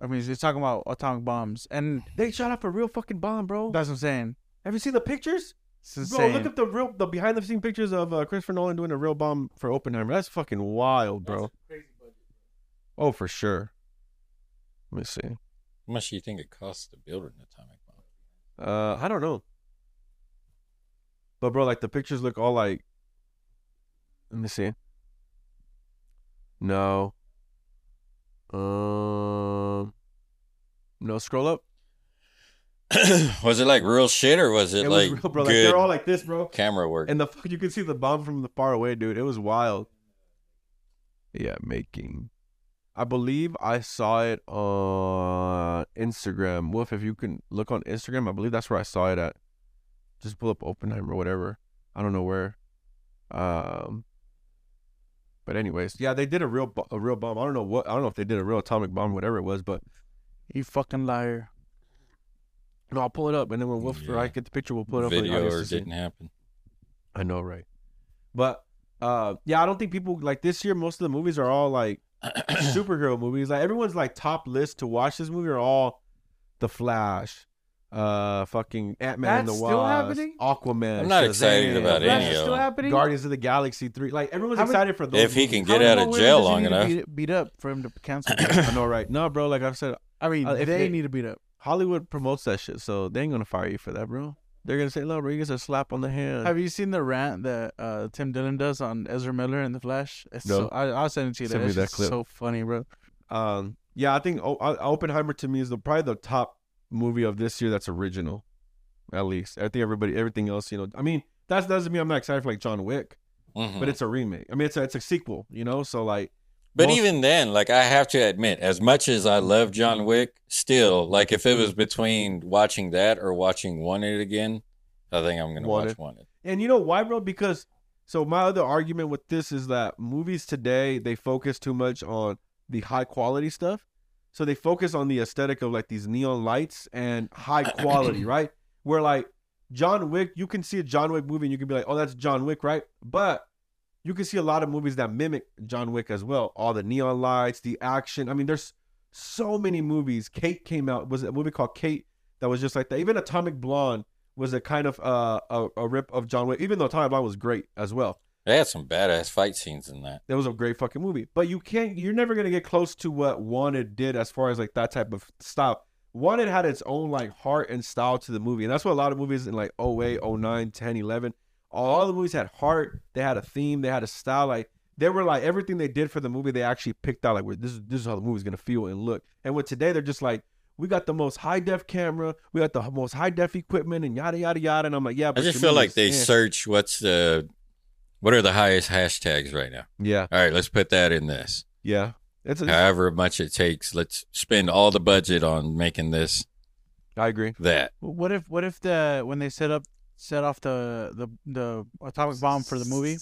I mean, it's talking about atomic bombs. And
They shot up a real fucking bomb, bro.
that's what I'm saying.
have you seen the pictures?
It's insane.
Bro, look up the real the behind the scene pictures of uh, Christopher Nolan doing a real bomb for Oppenheimer. That's fucking wild, bro. Oh, for sure. Let me see.
How much do you think it costs to build an atomic bomb?
Uh, I don't know. But bro, like the pictures look all like. Let me see. No. Um. No. Scroll up.
was it like real shit or was it,
it
like
was real, bro. Like
good
they're all like this, bro.
camera work?
And the fuck, you could see the bomb from the far away, dude. It was wild. Yeah, making. I believe I saw it on Instagram. Wolf, if you can look on Instagram, I believe that's where I saw it at. Just pull up Oppenheimer or whatever. I don't know where. Um. But anyways, yeah, they did a real bo- a real bomb. I don't know what I don't know if they did a real atomic bomb, whatever it was, but
You fucking liar.
no, I'll pull it up, and then when Wolf or
Yeah.
I get the picture, we'll pull it up. for the
Video
audience
or
to see.
didn't happen.
I know, right? But uh, yeah, I don't think people like this year. Most of the movies are all like superhero movies. Like everyone's like top list to watch this movie are all The Flash, uh, fucking Ant Man and the
That's
Wasp,
still happening?
Aquaman.
I'm not excited
Shazam,
about
Flash
any
is
of
still
them.
happening.
Guardians of the Galaxy three. Like everyone's
How many-
excited for those.
If he can
movies.
get
How
out
many
of
more
jail
women does he
long
need to
enough.
Beat, beat up for him to cancel.
I know, right? No, bro. Like I've said,
I mean,
Uh,
they,
if they-
need to beat up.
Hollywood promotes that shit, so they ain't gonna fire you for that, bro. They're gonna say, "Look, bro, you get a slap on the hand."
Have you seen the rant that uh, Tim Dillon does on Ezra Miller and The Flash? It's
No.
so, I, I'll send it to you.
Send
later.
me
It's
that
just
clip.
So funny, bro.
Um, yeah, I think o- O- Oppenheimer to me is the, probably the top movie of this year that's original, at least. I think everybody, everything else, you know, I mean, that doesn't mean I'm not excited for like John Wick,
Mhm.
but it's a remake. I mean, it's a, it's a sequel, you know. So like,
But
Most-
even then, like I have to admit, as much as I love John Wick, still, like if it was between watching that or watching Wanted again, I think I'm gonna
Wanted.
watch Wanted.
and you know why, bro? Because so my other argument with this is that movies today they focus too much on the high quality stuff. So they focus on the aesthetic of like these neon lights and high quality, right? Where like John Wick, you can see a John Wick movie and you can be like, oh, that's John Wick, right? But you can see a lot of movies that mimic John Wick as well. All the neon lights, the action. I mean, there's so many movies. Kate came out was a movie called Kate that was just like that. Even Atomic Blonde was a kind of uh, a a rip of John Wick. Even though Atomic Blonde was great as well,
They had some badass fight scenes in that.
that was a great fucking movie. But you can't. You're never gonna get close to what Wanted did as far as like that type of style. Wanted had its own like heart and style to the movie, and that's what a lot of movies in like 08, 09, 10, 11, all the movies had heart. They had a theme. They had a style. Like they were like everything they did for the movie, they actually picked out like where this is this is how the movie's gonna feel and look. And with today, they're just like. We got the most high def camera. We got the most high def equipment, and yada yada yada. And I'm like, yeah.
I
But
just
your
feel like
movie's-
they
eh.
search what's the what are the highest hashtags right now.
Yeah,
All right, let's put that in this.
yeah. It's, it's
However much it takes, let's spend all the budget on making this
I agree.
that.
Well, What if what if the when they set up set off the the the atomic bomb for the movie,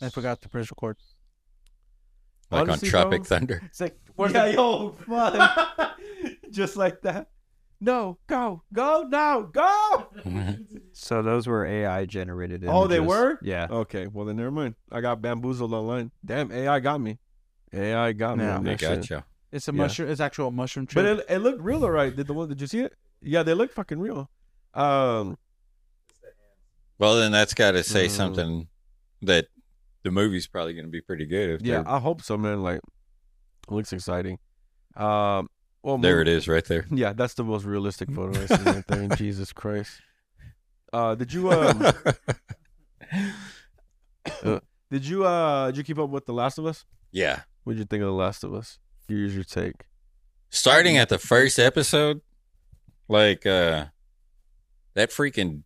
I forgot to press record.
Like
Honestly,
on Tropic
bro,
Thunder.
It's like
yeah, yo, fuck. Just like that. No, go, go now, go.
So those were AI generated.
Oh, they
images.
were?
Yeah.
Okay, well then never mind. I got bamboozled online. Damn, AI got me. AI got me.
Yeah.
on
they
that shit.
got you.
it's a
Yeah.
mushroom. It's actual mushroom
But
trip.
it, it looked real, alright. Did the one? Did you see it? Yeah, they look fucking real. Um,
Well, then that's got to say
Mm.
something that the movie's probably going to be pretty good. If
yeah,
they're-
I hope so, man. Like, it looks exciting. Um, well,
there
mov-
it is, right there.
Yeah, that's the most realistic photo I seen right there. Jesus Christ. Uh, did you um, did you uh, did you keep up with The Last of Us?
yeah,
What would you think of The Last of Us? Here's your take.
starting at the first episode, like uh that freaking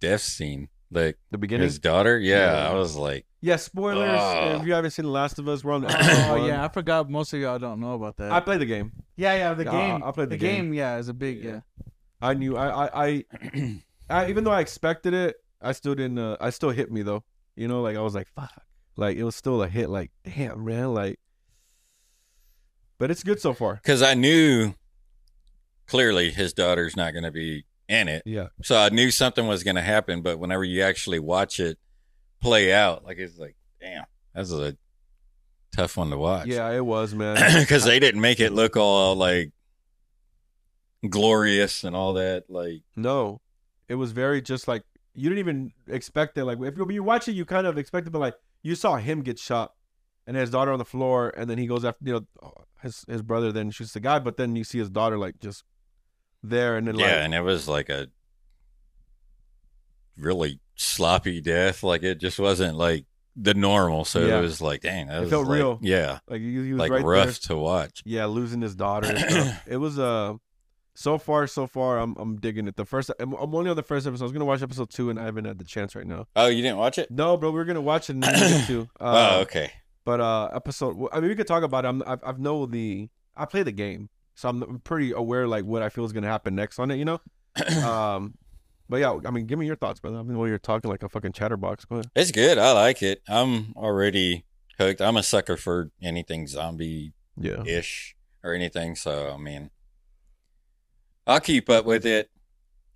death scene, like
The
his
beginning.
daughter. Yeah,
Yeah.
I was like,
Yeah, spoilers.
Ugh.
If you haven't seen The Last of Us, we're on. the
oh
one.
yeah, I forgot. Most of y'all don't know about that.
I played the game.
yeah, yeah, the
Yeah,
game.
I- I played the
game.
game.
Yeah, is a big yeah.
I knew. I. I. I, I even though I expected it, I still didn't. Uh, I still hit me though. You know, like I was like, fuck. Like it was still a hit. Like damn, man. Like, but it's good so far.
because I knew clearly his daughter's not going to be in it,
Yeah.
so I knew something was going to happen. But whenever you actually watch it play out, like it's like, damn, that's a tough one to watch.
Yeah, it was, man.
because they didn't make it look all like glorious and all that. Like
No, it was very just like you didn't even expect it. Like if you- when you watch it, you kind of expect it, but like you saw him get shot and his daughter on the floor, and then he goes after you know his his brother then shoots the guy, but then you see his daughter like just there, and then
yeah,
like
and it was like a really sloppy death. Like it just wasn't like the normal. So
Yeah.
it was like, dang, that
It
was
felt
like-
real.
Yeah,
Like he, he was
like
right there.
rough to watch.
Yeah, losing his daughter. and stuff. it was uh, so far, so far, I'm I'm digging it. The first, I'm, I'm only on the first episode. I was gonna watch episode two, and I haven't had the chance right now.
Oh, you didn't watch it?
No, bro, we are gonna watch it and then we get to. Uh,
oh, okay.
But uh, episode. well, I mean, we could talk about it. I'm, I've I've know the. I play the game, so I'm, I'm pretty aware like what I feel is gonna happen next on it. You know. um, but yeah, I mean, give me your thoughts, brother. I mean, while you're talking like a fucking chatterbox, go ahead.
It's good. I like it. I'm already hooked. I'm a sucker for anything zombie
Yeah.
ish or anything. So I mean, I'll keep up with it.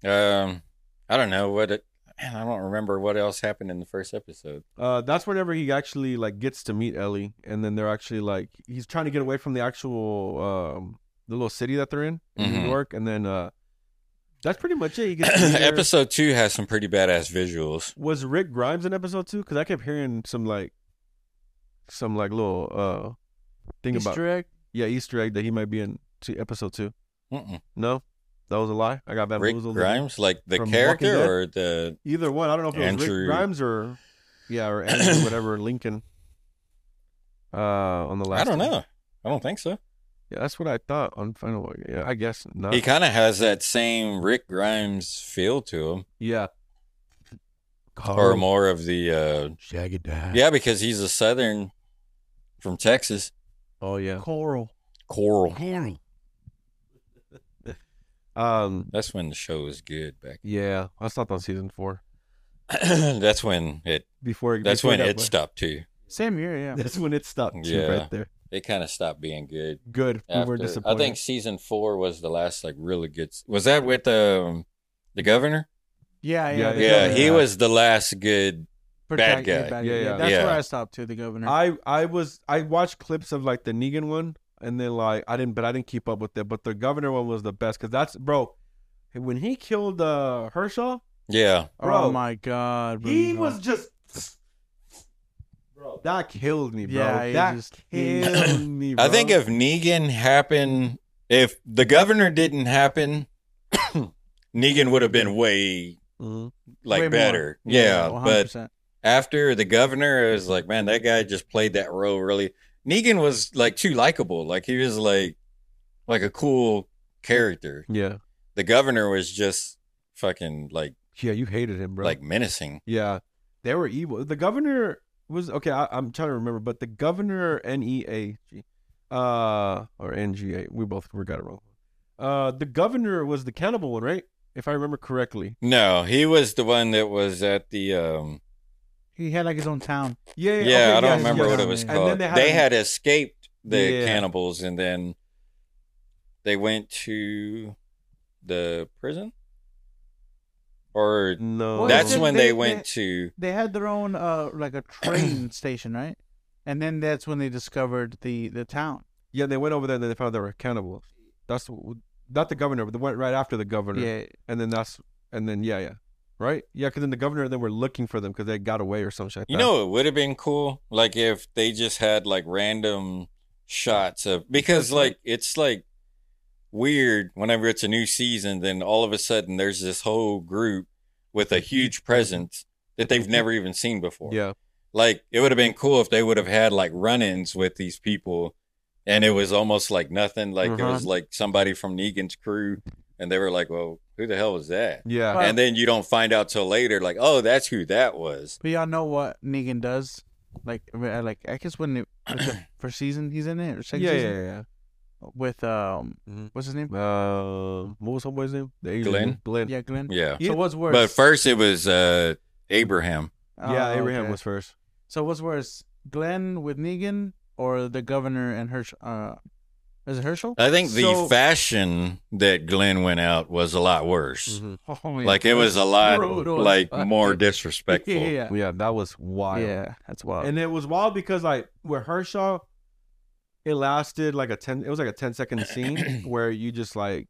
Um, I don't know what it. Man, I don't remember what else happened in the first episode.
Uh, that's whenever he actually like gets to meet Ellie, and then they're actually like he's trying to get away from the actual um the little city that they're in, in
Mhm.
New York, and then uh, that's pretty much it. He gets to meet her.
episode two has some pretty badass visuals.
was Rick Grimes in episode two? Because I kept hearing some like some like little uh thing about
Easter egg.
yeah Easter egg that he might be in to episode two.
Mm-mm.
No, that was a lie. I got
Rick
bamboozled.
Grimes, like the
From Walking Dead?
character or the
Either one. I don't know if it was
Andrew-
Rick Grimes or yeah or Andrew whatever Lincoln. Uh, on the last.
I don't
one.
know. I don't think so.
Yeah, that's what I thought on Final Boy. Yeah, I guess not.
He kind of has that same Rick Grimes feel to him,
yeah. Oh.
or more of the uh,
Shaggy Dad.
yeah, because he's a Southern from Texas,
Oh yeah.
Coral.
Coral.
Um.
That's when the show was good back.
Yeah, I stopped on season four
that's when it.
before.
That's
before
when
that
it
was-
stopped too.
Same year, yeah.
That's when it stopped. Yeah.
Yeah.
Right there.
It kind of stopped being good.
Good. We were
after-
disappointed.
I think season four was the last like really good. s- Was that with um, the governor?
Yeah, yeah.
Yeah,
the
Yeah,
governor.
he was the last good.
Protect-
bad guy.
Yeah, yeah.
That's
Yeah.
where I stopped too. The governor.
I I was I watched clips of like the Negan one, and then like I didn't, but I didn't keep up with it. But the Governor one was the best because that's bro. When he killed uh Herschel,
Yeah,
bro,
oh my god.
he
Bruno.
was just. Bro, that killed me, bro.
Yeah, he
that
just- he-
killed me. Bro.
I think if Negan happened, if the governor didn't happen, Negan would have been way
Mhm.
like
Way more.
better. Yeah, but
100%.
after the governor, it was like, man, that guy just played that role really. Negan was like too likable. Like he was like like a cool character.
yeah,
The governor was just fucking like
yeah, you hated him, bro.
like menacing.
yeah, they were evil. The governor was okay. I, I'm trying to remember, but the governor N E A G, uh, or N G A. We both we got it wrong. Uh, the governor was the cannibal one, right? If I remember correctly.
No, he was the one that was at the um
he had like his own town.
Yeah,
yeah,
Eh, okay,
I don't
yes,
remember
yes.
what it was
And
called.
then
they
they
had,
had a-
escaped the
Yeah.
cannibals and then they went to the prison or
No,
Well,
that's
did
when
they-
they
they-
went to
They had their own uh like a train station, right? And then that's when they discovered the the town.
yeah. They went over there and they found they were cannibals. That's w- not the governor, but they went right after the governor.
Yeah.
and then that's and then yeah, yeah, right, yeah. Because then the governor then were looking for them because they got away or something. Like
You
that.
know, it would have been cool, like if they just had like random shots of because like it's like weird whenever it's a new season, then all of a sudden there's this whole group with a huge presence that they've never even seen before.
yeah,
Like it would have been cool if they would have had like run-ins with these people, and it was almost like nothing. Like it
Uh-huh.
was like somebody from Negan's crew, and they were like, "Well, who the hell was that?"
yeah.
Well-
And then you don't find out till later, like, "Oh, that's who that was."
But y'all know what Negan does? Like uh, like I guess when it was the first season he's in it or second
yeah,
season
yeah, yeah,
with um
Mhm.
what's his name?
yeah. Um, what was homeboy's name? The Asian
Glenn?
dude. Glenn.
Yeah, Glenn.
Yeah.
So what's worse?
But first, it was uh, Abraham.
Oh,
yeah, Abraham
okay.
was first.
So what's worse, Glenn with Negan or the governor and Herschel? Uh, is it Herschel?
I think the
So-
fashion that Glenn went out was a lot worse.
Mm-hmm.
oh
Holy
Like Mm-hmm. it was uh, a lot
brutal as
like
fuck.
more disrespectful.
Yeah,
Yeah. that was wild.
yeah, that's wild.
And it was wild because like with Hershaw, it lasted like a ten. It was like a 10 second scene where you just like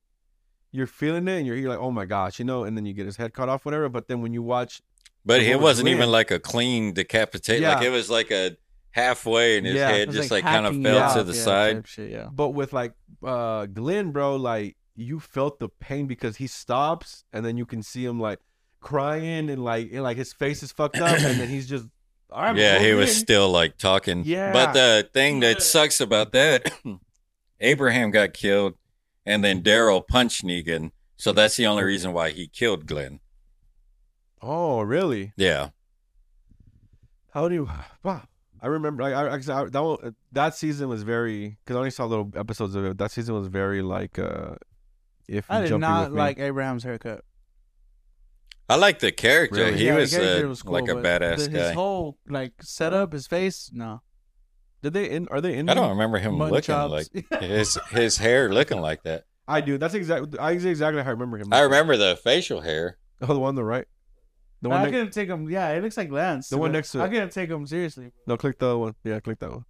you're feeling it and you're, you're like, oh my gosh, you know. And then you get his head cut off, whatever. But then when you watch,
But
The
it
Lord's
wasn't
Wind.
even like a clean decapitate. Like
Yeah.
it was like a halfway, and his
Yeah.
head
It was,
just like, kind of
hacking
fell
it
to
off,
the
yeah,
side.
type shit, yeah.
but with like uh Glenn, bro, like you felt the pain because he stops and then you can see him like crying and like and, like his face is fucked up and then he's just I'm
yeah, he
good.
was still like talking.
Yeah.
But the thing that sucks about that, Abraham got killed, and then Daryl punched Negan. So that's the only reason why he killed Glenn.
Oh, really?
Yeah.
How do you? Wow. I remember. Like, I, I, I that one, uh, that season was very because I only saw little episodes of it. That season was very like uh, if
I did
jumpy
not
with me.
like Abraham's haircut.
I like the character.
Really?
He
Yeah, the
was,
character
uh, like a
but
badass
the-
guy.
His whole like setup, his face, no.
Did they in? Are they in?
I don't remember him
Mutton
looking
chops.
like his his hair looking like that.
I do. That's exactly. I exactly how I remember him.
I remember the facial hair.
Oh, the one on the right. The
I
one. next-
couldn't take him. Yeah, it looks like Lance.
The one
but
next to
I
it.
couldn't take him seriously.
no, click the other one. Yeah, click that one.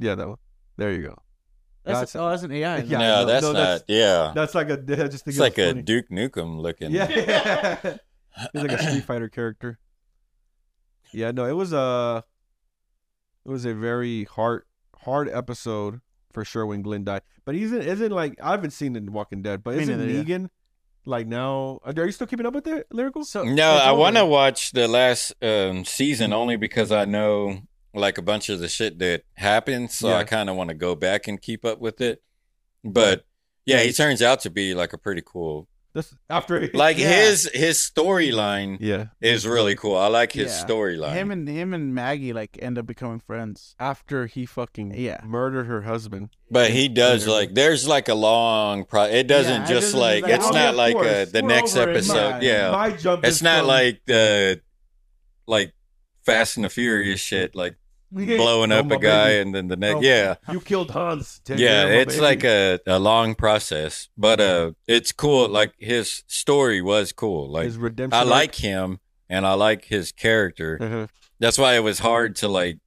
Yeah, that one. There you go.
That's
Gotcha.
oh, that's an AI. no?
Yeah,
no,
no,
that's
no,
not.
that's-
yeah,
That's like a. I just
it's
think it was
like a
funny.
Duke Nukem looking.
Yeah. He's like a Street Fighter character. Yeah, no, it was a it was a very hard hard episode for sure when Glenn died. But he's in- isn't like I haven't seen in Walking Dead, but
Me
isn't
neither, yeah.
Negan like now? Are you still keeping up with the lyrical?
So
No,
it's
I
over.
want to watch the last um, season only because I know like a bunch of the shit that happened, so
Yeah.
I kind of want to go back and keep up with it. But yeah, he turns out to be like a pretty cool.
That's after
Like
Yeah.
his his storyline
yeah
is really cool. I like his
Yeah.
storyline.
him and him and Maggie like end up becoming friends.
after he fucking
Yeah.
murdered her husband.
But he does like there's like a long pro. It doesn't
it
just
doesn't-
like
like,
it's
okay,
not
oh, of
like uh
course,
the
we're
next
over it.
episode.
My-
yeah,
My jump.
it's
is
not
from-
like the like Fast and the Furious shit, like blowing
Oh,
up
my
a guy
baby.
and then the next.
Oh,
yeah,
you killed Hans. Take
yeah,
care of my
it's
baby.
like a, a long process, but uh, it's cool. Like his story was cool. Like
his redemption.
I
arc.
like him and I like his character.
Uh-huh.
That's why it was hard to like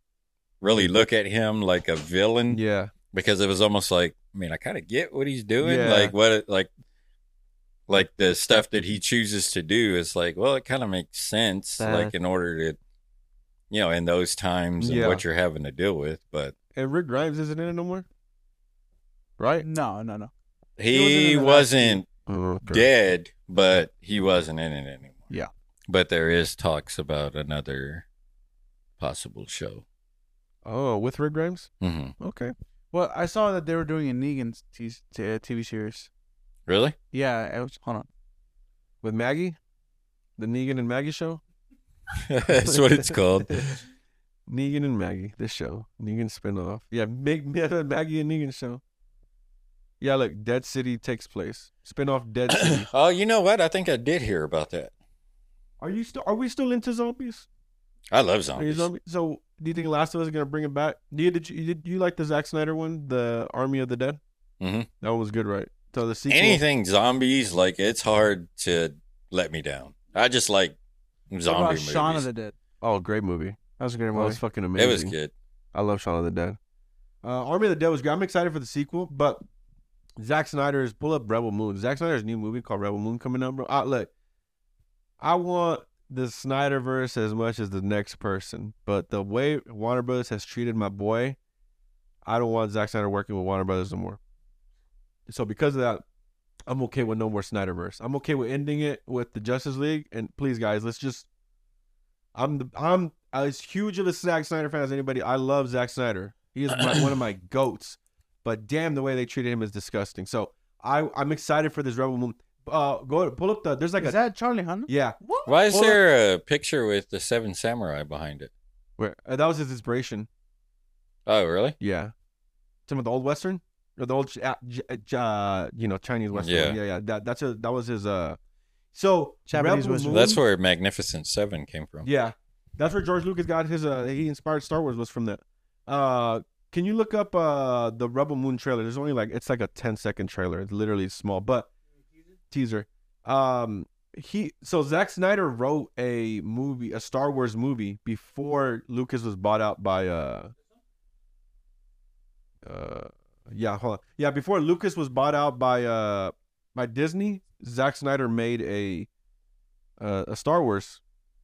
really look at him like a villain
yeah
because it was almost like I mean I kind of get what he's doing
Yeah.
like what it- like like the stuff that he chooses to do is like well it kind of makes sense
Uh-huh.
like in order to you know in those times and
Yeah.
what you're having to deal with but
and Rick Grimes isn't in it no more, right?
No, no, no.
he
He wasn't in the last
wasn't
Okay.
dead but he wasn't in it anymore
Yeah.
but there is talks about another possible show
Oh, with Rick Grimes?
hmm
Okay.
Well, I saw that they were doing a Negan t- t- uh, TV series.
really
Yeah, I was, hold on.
With Maggie? The Negan and Maggie show?
that's what it's called
Negan and Maggie, this show. Negan spinoff. Yeah, big Maggie and Negan show. Yeah, look, Dead City takes place. Spinoff Dead City.
oh you know what I think I did hear about that
are you still are we still into zombies?
I love
Are you
zombies.
zombies? So do you think Last of Us is gonna bring it back? Do you did you did you like the Zack Snyder one, the Army of the Dead?
hmm
That one was good, right? So the sequel
Anything zombies, like it's hard to let me down. I just like
What
zombie
about
movies.
Shaun of the Dead.
Oh, great movie.
That was a great
That
movie.
was fucking amazing.
it was good.
I love Shaun of the Dead. Uh, Army of the Dead was great. I'm excited for the sequel, but Zack Snyder's pull up Rebel Moon. Zack Snyder's new movie called Rebel Moon coming up, bro. Ah, look, I want the Snyderverse as much as the next person, but the way Warner Brothers has treated my boy, I don't want Zack Snyder working with Warner Brothers no more. So because of that, I'm okay with no more Snyderverse. I'm okay with ending it with the Justice League. And please, guys, let's just. I'm the I'm as huge of a Zack Snyder fan as anybody. I love Zack Snyder. He is my, one of my goats. But damn, the way they treated him is disgusting. So I I'm excited for this Rebel Moon. Uh, go pull up the. There's like
Is
a
that Charlie Hunnam?
yeah.
Why is
Well,
there a picture with the Seven Samurai behind it?
Where uh, that was his inspiration.
Oh, really?
Yeah. Some of the old western or the old Ch- uh, J- uh, J- uh, you know Chinese western.
Yeah.
yeah, yeah. That that's a, that was his uh. So
Japanese
Rebel
western.
Moon-
That's where Magnificent Seven came from.
Yeah, that's where George Lucas got his. Uh, he inspired Star Wars was from that. Uh, can you look up uh the Rebel Moon trailer? There's only like it's like a 10 second trailer. It's literally small, but teaser. Um, he so Zack Snyder wrote a movie, a Star Wars movie before Lucas was bought out by uh. Uh, yeah, hold on. Yeah, before Lucas was bought out by uh by Disney, Zack Snyder made a uh, a Star Wars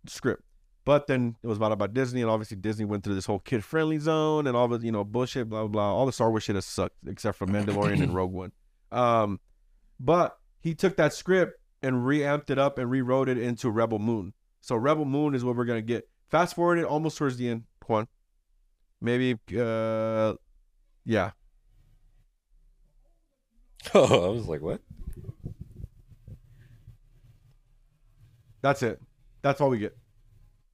script. But then it was bought out by Disney, and obviously Disney went through this whole kid friendly zone and all the you know bullshit, blah blah blah. All the Star Wars shit has sucked except for Mandalorian and Rogue One. Um, but he took that script and reamped it up and rewrote it into Rebel Moon. So Rebel Moon is what we're gonna get. Fast forwarded almost towards the end, Juan. Maybe, uh, yeah.
Oh, I was like, what?
That's it. That's all we get.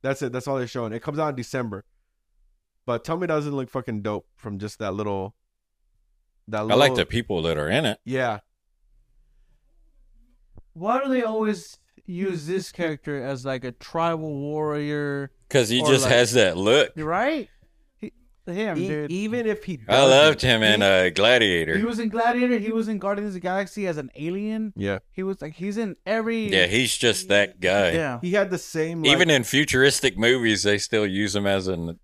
That's it. That's all they're showing. It comes out in December. But tell me it doesn't look fucking dope from just that little. That
I
little,
like the people that are in it.
Yeah,
Why do they always use this character as like a tribal warrior?
Because he
Or
just
like-
has that look.
You're right. He, him,
E-
dude.
even if he.
I
doesn't-
loved him in uh,
He
Gladiator.
was in Gladiator. He was in Guardians of the Galaxy as an alien.
Yeah,
He was like he's in every
Yeah, he's just that guy.
yeah.
he had the same. Like,
Even in futuristic movies, they still use him as an
The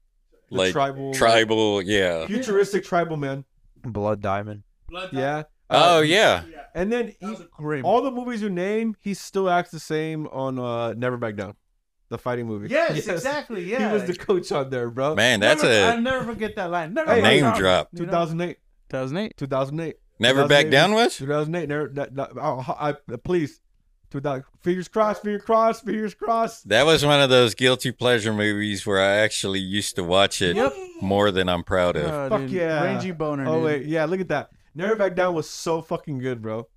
like
tribal-
tribal. yeah.
futuristic tribal man.
Blood Diamond.
Yeah.
Oh
Uh,
yeah.
And then he,
Grim.
all the movies you name, he still acts the same on uh, Never Back Down, the fighting movie.
Yes, exactly. Yeah,
He was the coach on there, bro.
Man, that's
never,
a
I'll never forget that line. Never
Hey,
forget
name
that line.
drop.
You know?
2008.
2008.
2008.
Never back
2008,
down was?
2008. Never, that, that, oh, I, please. 2000, fingers crossed, fingers crossed, fingers crossed.
That was one of those guilty pleasure movies where I actually used to watch it
Yep.
more than I'm proud of.
Uh,
Fuck
dude,
yeah.
Rangy boner.
Oh,
dude.
wait. Yeah, look at that. Never Back Down was so fucking good, bro.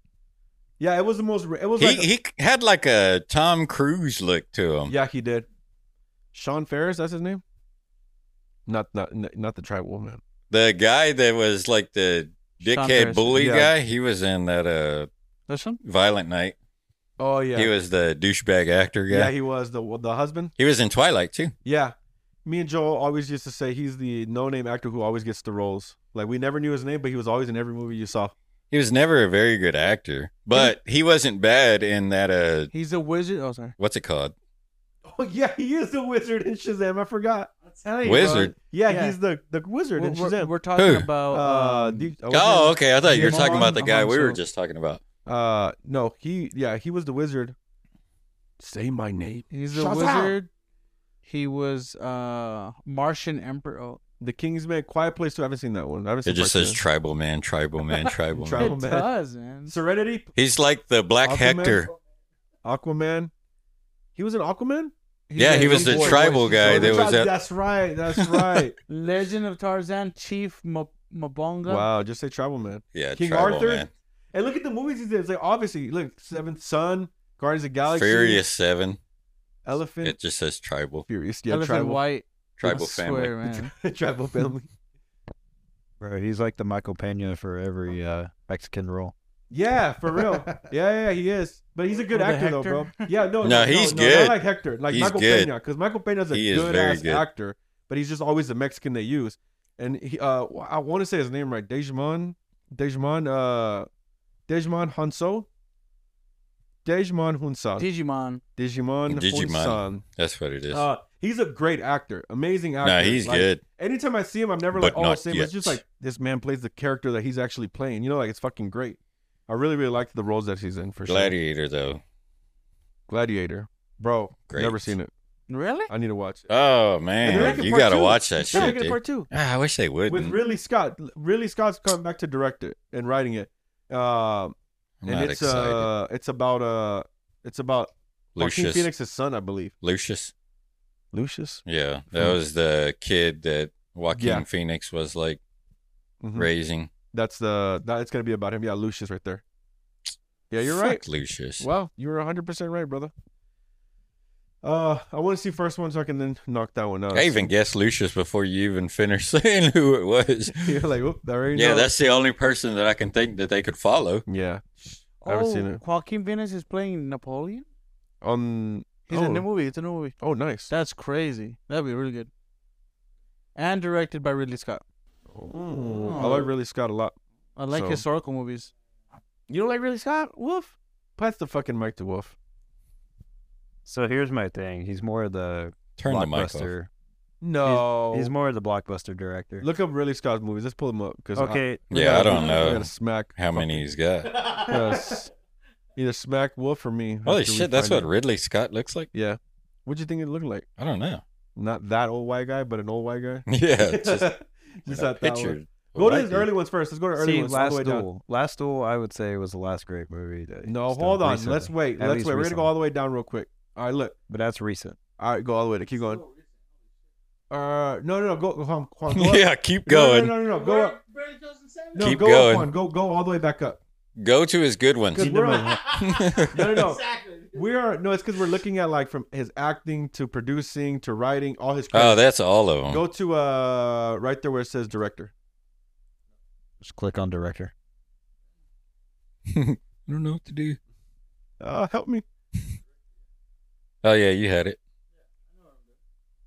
Yeah, it was the most. It was
he
like.
he had like a Tom Cruise look to him.
yeah, he did. Sean Ferris, that's his name? Not not not the tribal man.
The guy that was like the
Sean
dickhead
Harrison.
bully
Yeah.
guy, he was in that uh
This one?
Violent Night.
Oh yeah.
He was the douchebag actor guy.
yeah,
he,
he was the the husband.
was in Twilight too.
Yeah. Me and Joel always used to say he's the no name actor who always gets the roles. Like we never knew his name, but he was always in every movie you saw.
He was never a very good actor, but
Mm-hmm.
he wasn't bad in that uh
He's a wizard. Oh, sorry.
what's it called?
Oh yeah, he is the wizard in Shazam. I forgot.
Tell you,
Wizard.
bro.
Yeah,
Yeah.
he's the the wizard
We're,
in
we're,
Shazam.
we're talking
Who?
about
uh,
um,
the-
Oh, okay. I thought you were
Yeah,
talking about the
Han-
guy
Han
we were
Solo.
just talking about.
Uh, no, he yeah, he was the wizard. Say my name.
He's a
Shazam!
wizard. He was uh Martian Emperor. Oh,
The Kingsman, Quiet Place Two. I haven't seen that one. I haven't seen.
It just
part
says
two.
tribal man, tribal man, tribal
Tribal-
man.
Oh,
it
man.
does, man.
Serenity,
He's like the Black
Aquaman?
Hector.
Aquaman. He was in Aquaman.
He's
Yeah,
a-
he was
he's
the
a-
tribal
he's a-
guy that was at
That's right. That's right.
Legend of Tarzan, Chief Ma- Mabonga.
wow, just say Tribal Man.
yeah,
King
tribal
Arthur,
man.
And look at the movies he did. It's like obviously, look, Seventh Son, Guardians of the Galaxy,
Furious Seven.
Elephant,
It just says tribal.
Furious, yeah,
Elephant
Tribal,
White.
Tribal
I
family.
swear, man.
Tribal family.
Bro, he's like the Michael Pena for every uh, Mexican role.
Yeah, for real. Yeah, yeah, he is. But he's a good
Or Oh, the
actor though, bro.
Hector.
Yeah, no,
No, he's
no,
good.
Not like Hector, like
He's
Michael
good.
Pena, because Michael Pena's a
He is
good
very
ass
good.
actor, but he's just always the Mexican they use. And he, uh, I want to say his name right, Dejamon, Dejamon, uh, Dejamon Hunso, Dejamon Hunsan,
Digimon.
Digimon,
Digimon.
Hunsan.
That's what it is.
Uh, he's a great actor, amazing actor.
nah, he's
Like,
good.
Anytime I see him, I'm never
But
like, oh,
not
same. It's
yet.
just like this man plays the character that he's actually playing. You know, like it's fucking great. I really, really liked the roles that he's in for sure.
Gladiator though.
Gladiator, bro.
Great.
Never seen it.
Really?
I need to watch it.
Oh
And they're
man,
making
you
part
gotta
two.
watch that shit,
They're making a
dude.
part two.
Ah, I wish they
With
wouldn't.
Ridley Scott, Ridley Scott's coming back to direct it and writing it. Um,
I'm
and
not
it's
excited.
uh, it's about uh, it's about Joaquin
Lucius.
Phoenix's son, I believe.
Lucius.
Lucius.
Yeah, that was the kid that Joaquin
Hmm. Yeah.
Phoenix was like
Mhm.
raising.
That's the that it's gonna be about him. Yeah, Lucius, right there. Yeah, you're
Fuck
right.
Lucius.
Well, you were 100% right, brother. Uh, I want to see first one so I can then knock that one out.
I even guessed Lucius before you even finished saying who it was.
You're like, whoop, I already
Yeah,
know.
that's the only person that I can think that they could follow.
Yeah. I haven't
oh,
seen it.
Joaquin Phoenix is playing Napoleon.
On.
He's
oh.
in the movie. It's a new movie.
Oh, nice.
That's crazy. That'd be really good. And directed by Ridley Scott. Oh,
Ooh, Oh. I like Ridley Scott a lot.
I like
So-
historical movies. You don't like Ridley Scott? Woof.
Pass the fucking mic to Wolf.
So here's my thing. He's more of the
Turn the mic off.
blockbuster.
No.
He's more of the blockbuster director.
Look up Ridley Scott's movies. Let's pull them up. Cause
okay,
we
Yeah, I
gotta-
don't
we
know
gotta smack.
How many he's got?
Yes. Either smack Wolf or me.
Holy
after we
shit, that's
find
what
it.
Ridley Scott looks like.
Yeah. What'd you think it looked like?
I don't know.
Not that old white guy, but an old white guy?
Yeah, just
Just
a
that that one.
picture.
Go to
Like
his
it.
early ones first. Let's go to early
See,
ones all
last
the way down.
duel. Last duel, I would say was the last great movie. That
No,
he's done
hold on. Let's
recently.
wait.
At
Let's
least
wait. We're gonna go
recently.
all the way down real quick. All right, look.
But that's recent.
All right, go all the way. To, keep going. Uh, no, no, no. Go, Juan. Juan go up.
yeah, keep
No,
going.
No, no, no, no. Go up. No,
Keep
go
going.
Up, Juan. Go, go all the way back up.
Go to his good ones.
Because we're on, no, no, no.
Exactly.
We are no. It's because we're looking at like from his acting to producing to writing, all his.
Oh,
Credits.
that's all of them.
Go to uh right there where it says director.
Just click on director.
I don't know what to do.
Uh, help me.
Oh yeah, you had it.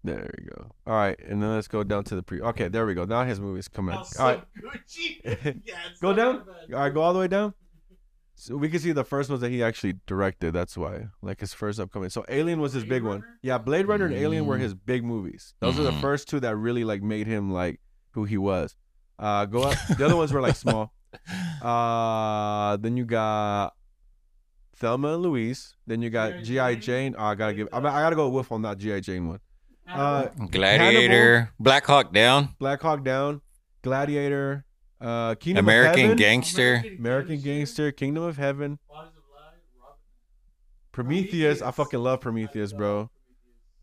There we go. All right, and then let's go down to the pre. Okay, there we go. Now his movies coming.
Now,
All
so
right,
Gucci. Yeah, it's
Go
not
down?
bad.
all right, go all the way down. So we can see the first ones that he actually directed. That's why, like his first upcoming. So Alien was his
Blade
big one.
Runner?
Yeah, Blade Runner and Alien were
Mm.
his big movies. Those are the
Mhm.
first two that really like made him like who he was. Uh, go up. The other ones were like small. Uh, then you got Thelma and Louise. Then you got G.I.
G.I.
Jane. Oh, I gotta give. I, I gotta go with on that G.I. Jane one. Uh,
Gladiator, Black Hawk Down,
Black Hawk Down, Gladiator, uh, Kingdom
American
of Heaven,
Gangster.
American Gangster, Kingdom of Heaven,
Bodies of Lies, Robin-
Prometheus. I fucking love Prometheus, bro.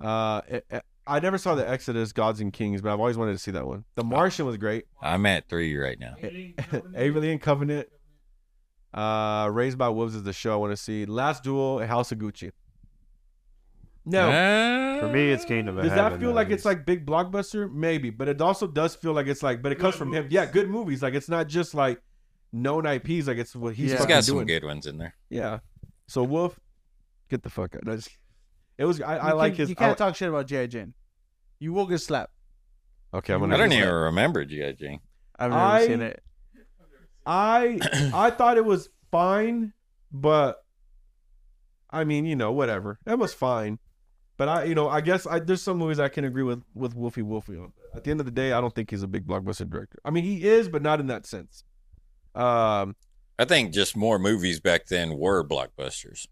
Uh, it- it- I never saw the Exodus, Gods and Kings, but I've always wanted to see that one. The Martian was great.
I'm at three right now.
Alien Covenant.
Alien Covenant. Uh, Raised by Wolves is the show I want to see. Last Duel, and House of Gucci. No,
Uh,
For me, it's Kingdom of
Does that
Heaven,
feel
at
like it's
least.
like big blockbuster? Maybe, but it also does feel like it's like, but it comes
Good
from him.
movies.
Yeah, good movies. Like it's not just like known IPs. Like it's what he's
Yeah.
He's
fucking
got some
doing.
good ones in there.
Yeah. So Wolf, get the fuck out. No, just- it was. I, I
You
like
can-
his.
You can't
I,
talk shit about G.I. Jane. You will get slapped.
okay, I'm
I
gonna.
don't
just-
even remember G.I. Jane.
I've never
I-
seen it.
I I thought it was fine, but I mean, you know, whatever. That was fine. But I, you know, I guess I, there's some movies I can agree with with Wolfie Wolfie on. At the end of the day, I don't think he's a big blockbuster director. I mean, he is, but not in that sense. Um,
I think just more movies back then were blockbusters.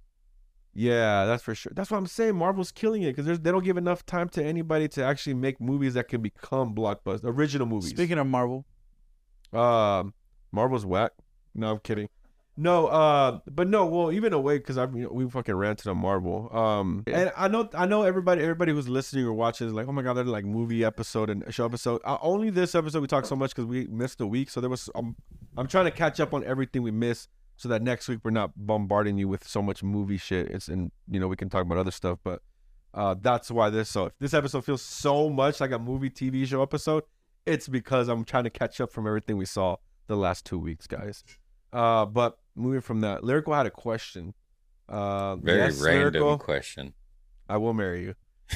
Yeah, that's for sure. That's what I'm saying. Marvel's killing it because they don't give enough time to anybody to actually make movies that can become blockbusters, original movies.
Speaking of Marvel,
um, Marvel's whack. No, I'm kidding. No, uh, but no. Well, even away because I've you know, we fucking ranted on Marvel. Um, and I know I know everybody everybody who's listening or watching is like, oh my god, they're like movie episode and show episode. Uh, only this episode we talked so much because we missed a week, so there was um, I'm trying to catch up on everything we missed so that next week we're not bombarding you with so much movie shit. It's and you know we can talk about other stuff, but uh, that's why this so if this episode feels so much like a movie TV show episode. It's because I'm trying to catch up from everything we saw the last two weeks, guys. Uh, but moving from that, lyrical had a question. Uh,
Very
yes,
random
Lyrical,
question.
I will marry you.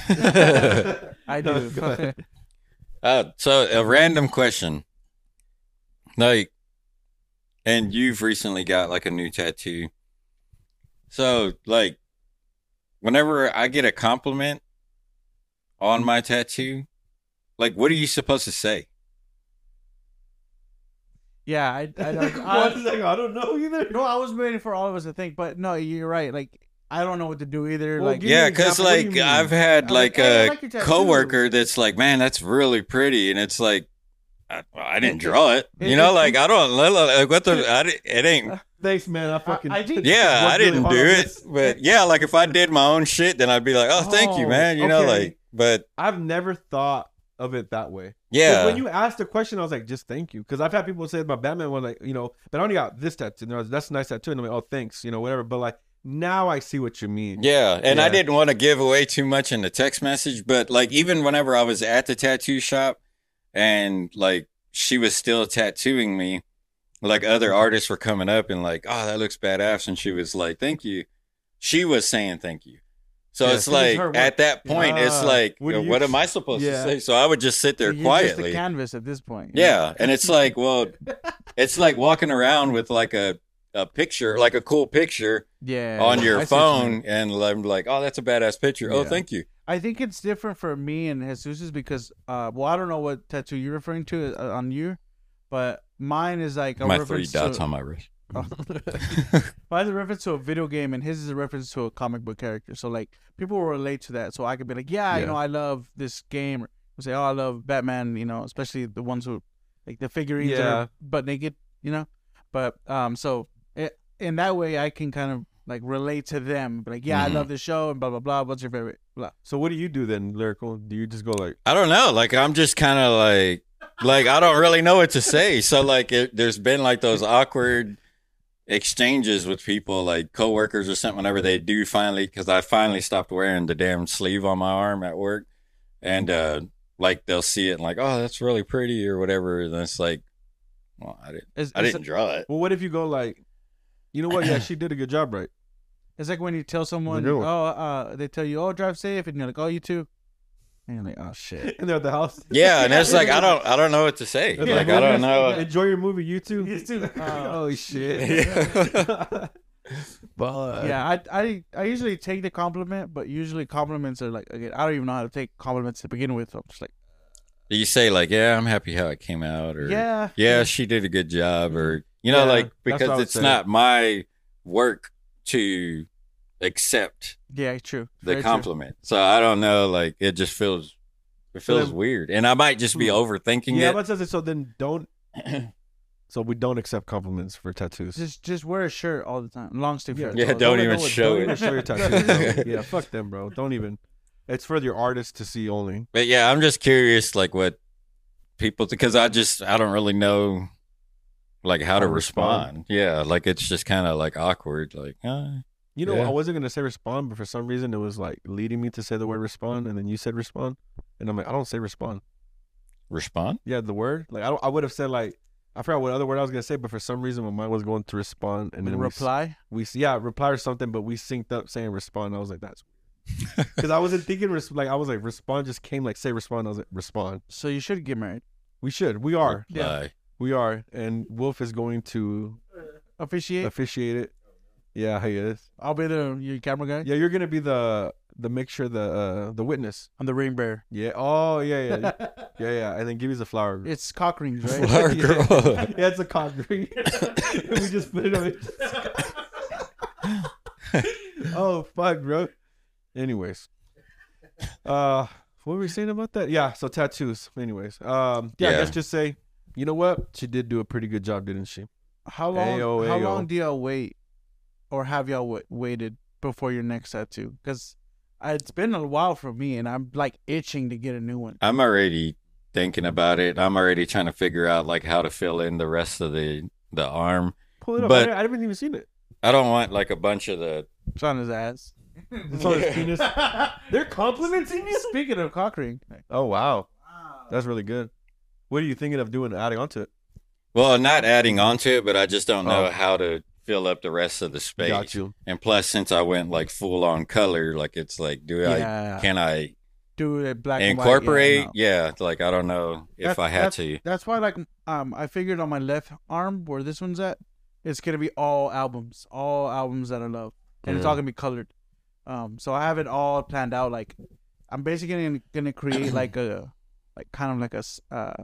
uh,
I
No,
do.
go ahead.
so a random question. Like, and you've recently got like a new tattoo. So like, whenever I get a compliment on my tattoo, like, what are you supposed to say?
yeah, I,
What
I don't.
is
I-
that? I don't know either.
no, I was waiting for all of us to think, but no, you're right. Like I don't know what to do either.
Well,
like
give me
Yeah,
an
because
example. What do
like
you mean?
I've had
I'm
like,
like, "Hey, I
a
like your tattoo."
coworker that's like, man, that's really pretty, and it's like, I, well, I didn't draw it.
It-
You know,
it-
like I don't like what the I, di- it ain't.
Thanks, man. I fucking
I did-
Yeah,
worked
I didn't
really
do
hard on
it,
this.
but yeah, like if I did my own shit, then I'd be like, oh, thank you,
Oh,
man. You know,
okay.
like, but
I've never thought of it that way. 'Cause
yeah,
When you asked the question, I was like, just thank you. Because I've had people say my Batman one, like, you know, but I only got this tattoo. And they're like, That's a nice tattoo. And I'm like, oh, thanks, you know, whatever. But like, now I see what you mean.
Yeah, and I
Yeah.
didn't want to give away too much in the text message, but like even whenever I was at the tattoo shop and like she was still tattooing me, like other artists were coming up and like, "Oh, that looks badass." And she was like, "Thank you." She was saying thank you. So
Yeah,
it's
she was
like
her-
at that point it's
Ah,
like
what
what,
do you-
am I supposed
Yeah.
to say? So I would just sit there
you're
quietly.
Just a canvas at this point.
Yeah, and it's like, well, it's like walking around with like a a picture, like a cool picture
Yeah.
on your
I see what you mean.
phone and I'm like, oh, that's a badass picture. Oh,
Yeah.
thank you.
I think it's different for me and Jesus's because, uh, well, I don't know what tattoo you're referring to uh, on you, but mine is like a reference to,
my wrist.
mine's a reference to a video game and his is a reference to a comic book character. So like people will relate to that. So I could be like, yeah,
Yeah.
you know, I love this game. Or say, oh, I love Batman. You know, especially the ones who like the figurines that
Yeah.
are butt naked. You know, but um, so it, in that way I can kind of like relate to them. Be like,
Mhm.
yeah, I love this show and blah blah blah. What's your favorite? Blah.
So what do you do then, lyrical? Do you just go like,
I don't know. Like I'm just kind of like like I don't really know what to say. So like it, there's been like those awkward exchanges with people like coworkers or something whenever they do finally cuz I finally stopped wearing the damn sleeve on my arm at work and uh like they'll see it and like oh that's really pretty or whatever and it's like well I didn't
It's,
I
it's,
didn't draw it.
well, what if you go like, you know what? Yeah, she did a good job, right?
it's like when you tell someone,
good
oh,
one.
uh, they tell you, oh, drive safe, and you're like, oh, you too, and you're like, oh shit.
And they're at the house.
Yeah, and it's like I don't I don't know what to say.
They're
Like I don't know.
Enjoy your movie, you too.
You too. Uh,
oh shit.
Yeah.
But
yeah, I, I I usually take the compliment, but usually compliments are like again, I don't even know how to take compliments to begin with. I'm just like,
you say like yeah, I'm happy how it came out or
yeah,
yeah, she did a good job, or you know,
Mm-hmm. Yeah,
like
that's what I
because
would
it's
say.
not my work to accept
yeah, true.
the
Very true.
compliment, so I don't know. Like it just feels, it
So
feels
then- Hmm.
weird, and I might just be overthinking
yeah,
it.
but it says it. So then don't. so we don't accept compliments for tattoos.
Just just wear a shirt all the time, long sleeve shirt.
Yeah, don't
don't- don't
even
know what-
show
don't
it.
even show your tattoos. bro. yeah, fuck them, bro. Don't even. It's for your artist to see only.
But yeah, I'm just curious, like what people, because I just I don't really know, like how to
How to respond.
respond. Yeah, like it's just kind of like awkward. Like uh,
You know,
Yeah.
I wasn't gonna say respond, but for some reason it was like leading me to say the word respond, and then you said respond, and I'm like, I don't say respond.
respond.
Yeah, the word. Like I don't. I would have said like I forgot what other word I was gonna say, but for some reason my mind was going to respond, and then we s-
reply.
We, s yeah reply or something, but we synced up saying respond. I was like that's because I wasn't thinking res- like I was like respond just came like say respond. I was like respond.
So you should get married.
We should. We are.
Reply.
We are. And Wolf is going to
Officiate.
officiate it. Yeah, he is.
I'll be the your camera guy.
Yeah, you're gonna be the the make sure the uh, the witness.
I'm the ring bearer.
Yeah. Oh yeah yeah yeah yeah. And then give us a flower.
It's cock rings, right?
Flower girl.
yeah, it's a concrete. we just put it on. oh fuck, bro. Anyways, uh, what were we saying about that? Yeah, so tattoos. Anyways, um, yeah,
Yeah.
let's just say, you know what? She did do a pretty good job, didn't she?
How long?
Ayo,
How
ayo.
long do y'all wait, or have y'all w- waited before your next tattoo? Because it's been a while for me, and I'm like itching to get a new one.
I'm already thinking about it. I'm already trying to figure out like how to fill in the rest of the the arm.
Pull it up.
But-
I, I haven't even seen it.
I don't want like a bunch of the
It's on his ass.
It's on his penis. They're complimenting you.
Speaking of cock ring,
Oh wow, that's really good. What are you thinking of doing? Adding onto it?
well, not adding on to it, but I just don't know
Oh.
how to fill up the rest of the space.
Got you.
And plus, since I went like full on color, like it's like, do
Yeah.
I can I
do it black and white, yeah,
incorporate?
no.
yeah, like I don't know if
That's-
I had
that's-
to.
That's why, like, um, I figured on my left arm where this one's at, it's gonna be all albums, all albums that I love, and it's all gonna be colored. Um, so I have it all planned out. Like, I'm basically gonna, gonna create like a, like kind of like a, s- uh,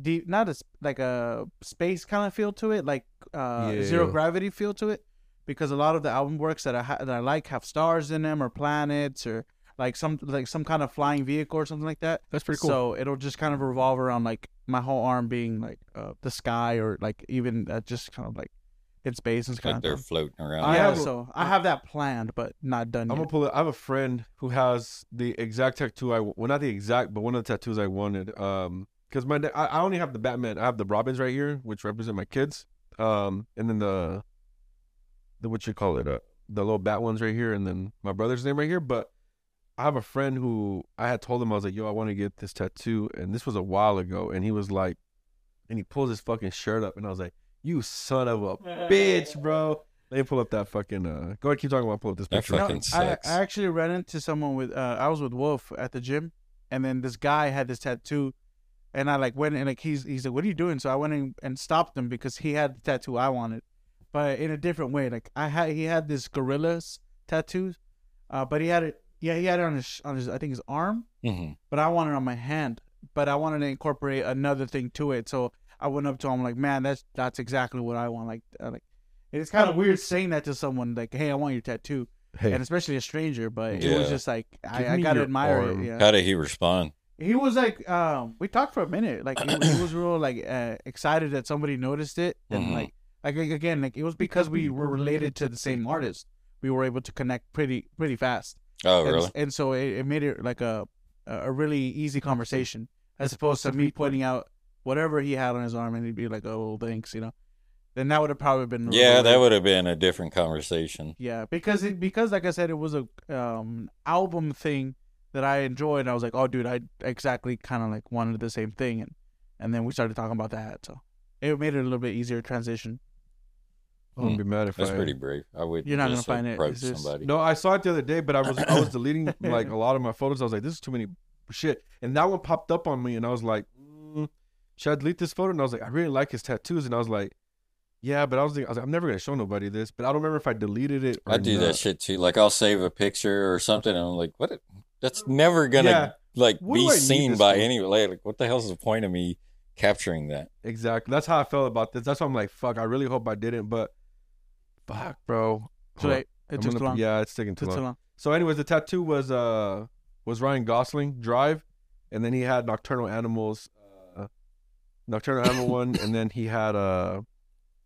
deep, not a s- like a space kind of feel to it, like uh,
Yeah.
zero gravity feel to it, because a lot of the album works that I ha- that I like have stars in them or planets or like some like some kind of flying vehicle or something like that.
That's pretty cool.
So it'll just kind of revolve around like my whole arm being like uh, the sky or like even uh, just kind of like in space and kind
Like
of.
they're floating around.
I
yeah,
have a-
so I have that planned but not done
I'm gonna
yet.
pull it. I have a friend who has the exact tattoo I well, not the exact, but one of the tattoos I wanted. Um, because my da- I, I only have the Batman. I have the Robins right here, which represent my kids. Um, and then the the what you call it, uh, the little bat ones right here, and then my brother's name right here. But I have a friend who I had told him I was like, "Yo, I want to get this tattoo," and this was a while ago, and he was like, and he pulls his fucking shirt up, and I was like, "You son of a bitch, bro." Let me pull up that fucking. Uh, go ahead, keep talking. While I pull up this
That
picture.
fucking
I,
sucks.
I actually ran into someone with uh, I was with Wolf at the gym, and then this guy had this tattoo, and I like went and like he's he's like, "What are you doing?" So I went in and stopped him because he had the tattoo I wanted, but in a different way. Like I had he had this gorillas tattoo, uh, but he had it yeah he had it on his on his I think his arm,
Mhm.
but I wanted it on my hand. But I wanted to incorporate another thing to it, so I went up to him like, "Man, that's that's exactly what I want." Like uh, like. It's kind of weird saying that to someone like, "Hey, I want your tattoo,"
Hey,
and especially a stranger. But it was
Yeah.
just like
Give
I, I
me
gotta
your
admire
arm.
it. Yeah,
How did he respond?
he was like,
Mm-hmm.
um, we talked for a minute. Like he, he was real like uh, excited that somebody noticed it, and
Mhm.
like Like a- again, like it was because we were related to the same artist. We were able to connect pretty pretty fast.
Oh,
and,
really?
and so it, it made it like a a really easy conversation as opposed to me pointing out whatever he had on his arm and he'd be like, "Oh, thanks," you know. Then that would have probably been really
Yeah, that
weird.
would have been a different conversation.
Yeah, because it because like I said, it was a um album thing that I enjoyed. I was like, oh, dude, I exactly kind of like wanted the same thing, and and then we started talking about that, so it made it a little bit easier transition.
I wouldn't be mad if
Hmm. That's
I.
pretty brave. I would.
You're not gonna
just
find it.
approach
It's just-
somebody.
No, I saw it the other day, but I was I was deleting like a lot of my photos. I was like, this is too many shit, and that one popped up on me, and I was like, mm, should I delete this photo? And I was like, I really like his tattoos, and I was like, yeah, but I was thinking, I was like, I'm never gonna show nobody this, but I don't remember if I deleted it. Or
I do
not.
that shit too. Like I'll save a picture or something, and I'm like, what? That's never gonna
Yeah.
like
What
be
do I need
seen
this
by
for?
anyone. Like, what the hell's the point of me capturing that?
Exactly. That's how I felt about this. That's why I'm like, fuck. I really hope I didn't, but fuck, bro.
Too late. It
I'm
took
gonna-
too long.
Yeah, it's taking too
took
long.
too long.
So, anyways, the tattoo was uh was Ryan Gosling Drive, and then he had Nocturnal Animals, uh, Nocturnal Animal one, and then he had uh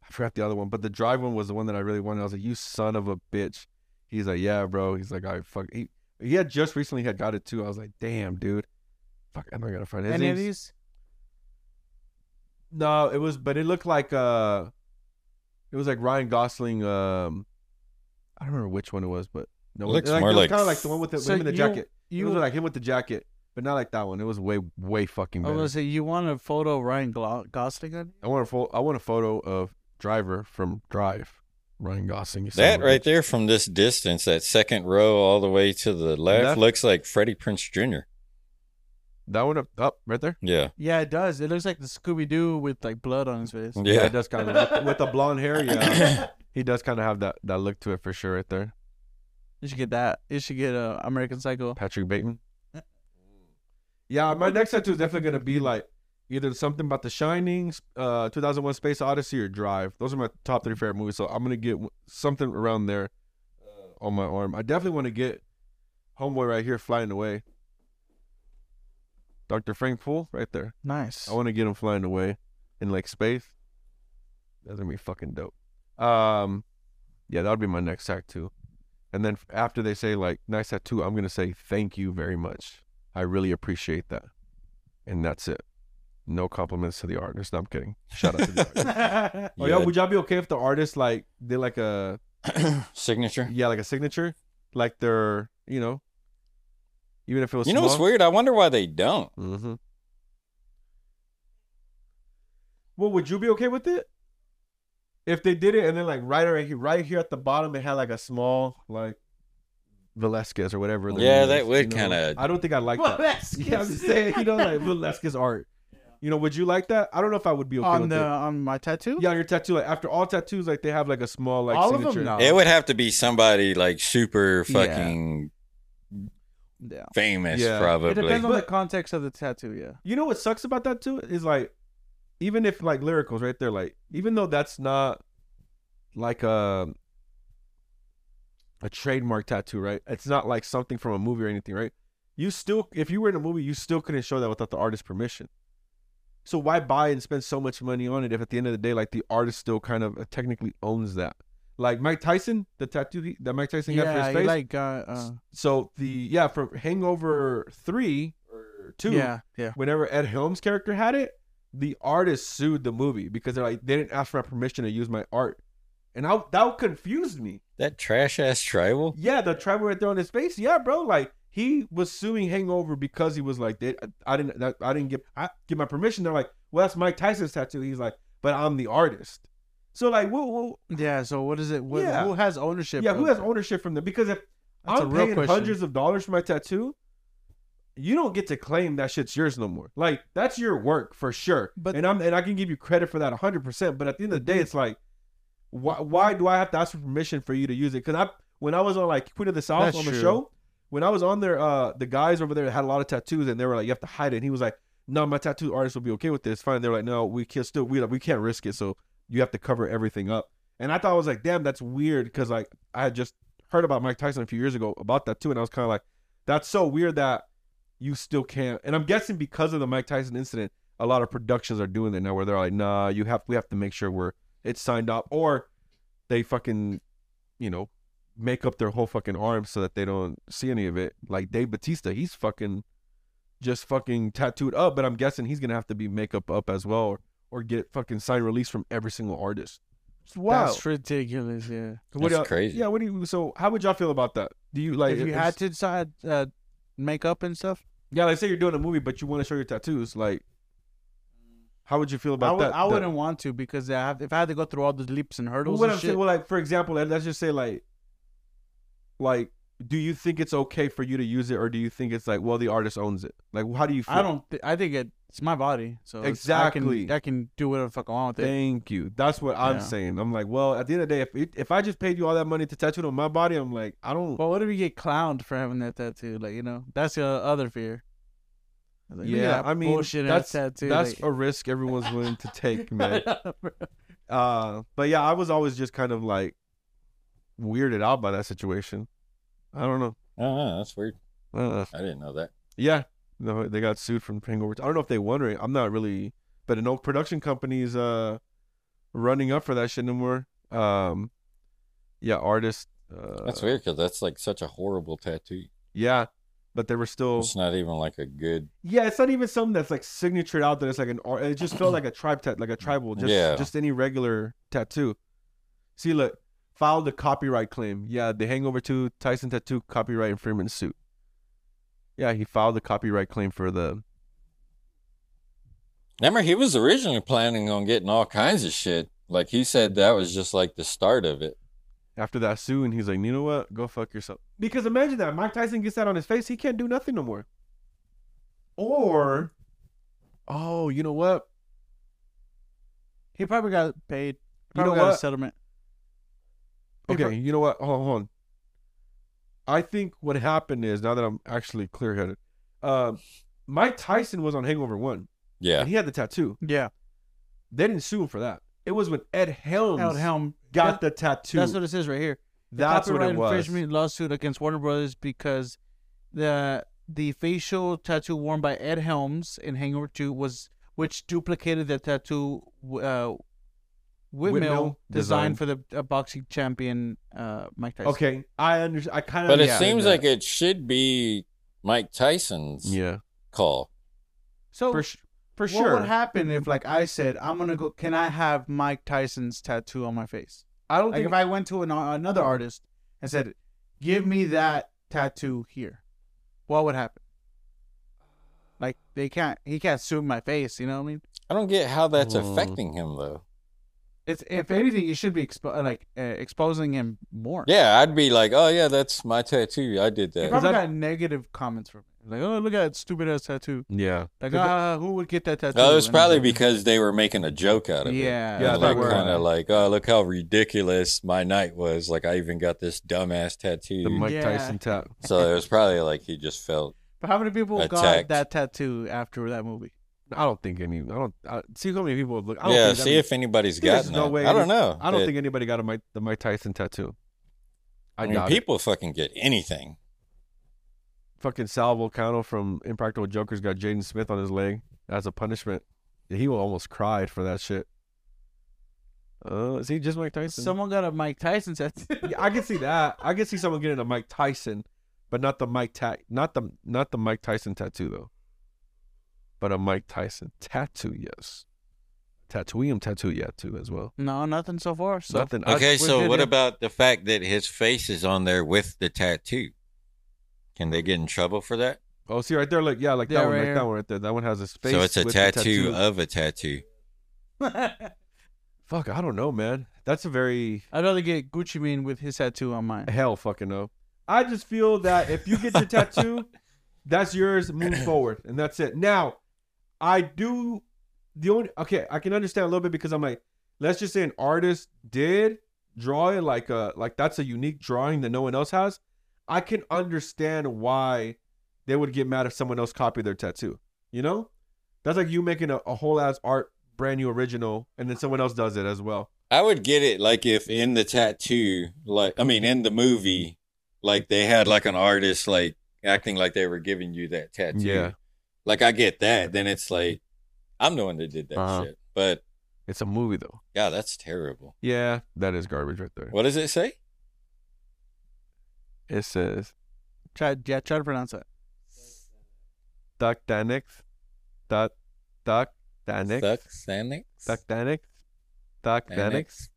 I forgot the other one, but the Drive one was the one that I really wanted. I was like, you son of a bitch. He's like, yeah, bro. He's like, I fuck. He, he had just recently had got it too. I was like, damn, dude. Fuck, am I gonna find his
Any of
name's-
these?
No, it was, but it looked like uh, it was like Ryan Gosling. Um, I don't remember which one it was, but no,
It looks
like,
more
it was
like-
kind of like the one with the,
So
him in the
you-
jacket. it
You
was like him with the jacket, but not like that one. It was way, way fucking
I
better.
Oh, was gonna say you want a photo of Ryan Glo- Gosling on?
I want a fo- I want a photo of Driver from Drive, Ryan Gosling. you son
That
of a
right
bitch.
there from this distance, that second row all the way to the left,
Left?
looks like Freddie Prince Jr.
that one up, up right there.
Yeah.
Yeah, it does. It looks like the Scooby Doo with like blood on his face.
Yeah.
it does kind of with, with the blonde hair. Yeah, he does kind of have that that look to it for sure, right there.
You should get that. You should get a American Psycho.
Patrick Bateman. Yeah, my next tattoo is definitely gonna be like either something about The Shining, uh, 2001: Space Odyssey, or Drive. Those are my top three favorite movies. So I'm gonna get w- something around there uh, on my arm. I definitely want to get Homeboy right here flying away. Dr. Frank Poole right there.
Nice.
I want to get him flying away in like space. That's gonna be fucking dope. Um, yeah, that would be my next tattoo. And then f- after they say like nice tattoo, I'm gonna say thank you very much. I really appreciate that. And that's it. No compliments to the artist. No, I'm kidding. Shout out to the artist. Oh yeah, would y'all be okay if the artist like did like a
Signature.
yeah like a signature, like their you know, even if it was
You know what's weird? I wonder why they don't.
Mm-hmm. Well, would you be okay with it if they did it and then like right right here, right here at the bottom, it had like a small like Velasquez or whatever. their
Yeah,
name
that
is,
would
you know?
kinda-
I don't think I like that. Yeah, I'm just saying, you know, like Velasquez art. You know, would you like that? I don't know if I would be okay
on
with
the
it.
on my tattoo.
Yeah, your tattoo. Like after all tattoos, like they have like a small like
All of them?
signature.
No.
It would have to be somebody like super
Yeah.
fucking
Yeah.
famous,
Yeah. It
probably.
It depends on the
But-
context of the tattoo. Yeah.
you know what sucks about that too is like even if like lyricals right there like even though that's not like a a trademark tattoo right it's not like something from a movie or anything right you still if you were in a movie you still couldn't show that without the artist's permission so why buy and spend so much money on it if at the end of the day like the artist still kind of uh, technically owns that like mike tyson the tattoo he, that mike tyson got for
Yeah,
his
you
face
like uh, uh,
so the yeah for hangover three or two
Yeah, yeah.
whenever Ed Helms' character had it, the artist sued the movie because they're like they didn't ask for my permission to use my art, and I that confused me.
that trash ass tribal.
Yeah, the tribal right there on his face. Yeah, bro, like he was suing Hangover because he was like, they, I didn't, that, I didn't get, I get my permission. They're like, well, that's Mike Tyson's tattoo. He's like, but I'm the artist. So like, whoa, whoa,
Yeah. So what is it? What,
Yeah.
Who has ownership?
yeah,
of
who has
it?
ownership from them? Because if
That's a
I'm
real
paying
question.
hundreds of dollars for my tattoo, you don't get to claim that shit's yours no more. Like that's your work for sure.
But-
But and I'm and I can give you credit for that 100. percent But at the end of the day, it's like, why why do I have to ask for permission for you to use it? Because I when I was on like Queen of the South
That's
on
true.
the show, when I was on there, uh, the guys over there had a lot of tattoos and they were like, you have to hide it. And he was like, no, my tattoo artist will be okay with this. Fine. They were like, no, we can still we like, we can't risk it. So you have to cover everything up. And I thought I was like, damn, that's weird because like I had just heard about Mike Tyson a few years ago about that too, and I was kind of like, that's so weird that you still can't. And I'm guessing because of the Mike Tyson incident, a lot of productions are doing that now where they're like, nah, you have we have to make sure we're it's signed off, or they fucking, you know, make up their whole fucking arm so that they don't see any of it. Like Dave Batista, he's fucking just fucking tattooed up, but I'm guessing he's gonna have to be makeup up as well, or, or get fucking signed release from every single artist.
Wow.
Wow.
That's ridiculous. Yeah.
What
That's
y'all-
crazy.
Yeah. What do you? So how would y'all feel about that? Do you like
if you had to decide uh, makeup and stuff,
Yeah, like say you're doing a movie, but you want to show your tattoos. Like, how would you feel
I,
about
would,
that?
I
The-
wouldn't want to because I have, if I had to go through all the leaps and
Well,
hurdles
what
and
I'm
shit,
saying, well, like for example, let- let's just say like, like, do you think it's okay for you to use it, or do you think it's like, well, the artist owns it? Like, how do you feel?
I don't. Th- I think it, it's my body, so it's- I
Exactly.
can, I can do whatever the fuck I want with it.
Thank you. That's what I'm
Yeah.
saying. I'm like, well, at the end of the day, if it, if I just paid you all that money to tattoo it on my body, I'm like, I don't.
But what if you get clowned for having that tattoo? Like you know, that's the other fear. Like, look at
yeah,
that
I mean,
bullshit
that's
ass tattoo.
that's
like-
a risk everyone's willing to take, man.
Bro.
Uh, but yeah, I was always just kind of like weirded out by that situation. I don't know.
Oh, that's weird.
Uh,
I didn't know that.
yeah, no, they got sued from Penguin. I don't know if they won or I'm not really, but an old production company's uh running up for that shit no more. Um, yeah, artists. Uh,
That's weird because that's like such a horrible tattoo.
Yeah, but they were still.
It's not even like a good.
Yeah, it's not even something that's like signatured out. That it's like an art. It just felt like a tribe tat, like a tribal, just
Yeah.
just any regular tattoo. See, look, filed a copyright claim. Yeah, the Hangover Two Tyson tattoo copyright infringement suit. Yeah, he filed a copyright claim for the.
Remember, he was originally planning on getting all kinds of shit. Like he said, that was just like the start of it.
After that sue, and he's like, you know what? Go fuck yourself. Because imagine that Mike Tyson gets that on his face, he can't do nothing no more. Or, oh, you know what?
He probably got paid.
You know
Probably got a
what?
settlement. He
Okay,
pro-
you know what? Hold on, hold on. I think what happened is now that I'm actually clear headed, um, Mike Tyson was on Hangover One,
Yeah.
and he had the tattoo.
Yeah.
They didn't sue him for that. It was when Ed Helms
Out Helm
got
that-
the tattoo.
That's what it says right here. The
That's what
copyright
it was.
infringement lawsuit against Warner Brothers because the the facial tattoo worn by Ed Helms in Hangover 2 was which duplicated the tattoo uh, Whitmill,
Whitmill design.
designed for the uh, boxing champion uh, Mike Tyson.
Okay, I understand. I kind of.
But it seems like it should be Mike Tyson's
Yeah,
call.
So
for, sh- for
what
sure.
would happen if like I said I'm going to go can I have Mike Tyson's tattoo on my face?
I don't
Like
think
if I went to an, uh, another artist and said give me that tattoo here. What would happen? Like they can't he can't sue my face, you know what I mean?
I don't get how that's
Hmm.
affecting him though.
It's if anything, you should be expo- like uh, exposing him more.
Yeah, I'd be like, oh yeah, that's my tattoo. I did
he
that.
probably
Is that-
got negative comments from it. like, oh look at that stupid ass tattoo.
Yeah.
Like, ah, who would get that tattoo?
No, Oh, it was
And
probably
I'm like,
because they were making a joke out of it.
Yeah,
yeah,
Yeah,
they
like
were.
kind of like, oh, look how ridiculous my night was. Like I even got this dumbass tattoo.
The Mike
Yeah.
Tyson tap.
so it was probably like he just felt.
But how many people
Attacked.
got that tattoo after that movie?
I don't think any. I don't I, see how many people would look. I don't
Yeah,
think that
see
many-
if anybody's
There's
gotten
no
that.
way
I
any-
don't know.
I don't
It-
think anybody got a Mike, the Mike Tyson tattoo. I,
I mean,
doubt it.
people fucking get anything.
fucking Sal Volcano from Impractical Jokers got Jaden Smith on his leg as a punishment. He almost cried for that shit. Uh, see, just Mike Tyson.
Someone got a Mike Tyson tattoo.
Yeah, I can see that. I can see someone getting a Mike Tyson, but not the Mike ta- not the not the Mike Tyson tattoo though. But a Mike Tyson tattoo, yes. Tattooium tattoo, yeah, too as well.
no, nothing so far. So
Nothing. I-
Okay,
we're
so
good,
what
yeah.
about the fact that his face is on there with the tattoo? Can they get in trouble for that?
Oh, see right there, look, yeah, like
Yeah,
that one,
right
like
here.
that one right there. That one has his face.
so it's a
with the
tattoo of a tattoo.
Fuck, I don't know, man. That's a very
I'd rather get Gucci Mane with his tattoo on mine.
Hell fucking no. I just feel that if you get your tattoo, that's yours. Move forward, and that's it. Now, I do the only okay. I can understand a little bit because I'm like, let's just say an artist did draw it like a like that's a unique drawing that no one else has. I can understand why they would get mad if someone else copied their tattoo. You know, that's like you making a, a whole ass art brand new original, and then someone else does it as well.
I would get it like if in the tattoo, like I mean in the movie, like they had like an artist like acting like they were giving you that tattoo.
Yeah.
Like I get that. Then it's like I'm the one that did that
Uh-huh.
shit. But
It's a movie though.
Yeah, that's terrible.
Yeah, that is garbage right there.
What does it say?
It says
Try yeah, try to pronounce it.
Ducktanic, Duck, Ducktanic,
Thuxanic?
Ducktanic, Ducktanic.
Thuxanic?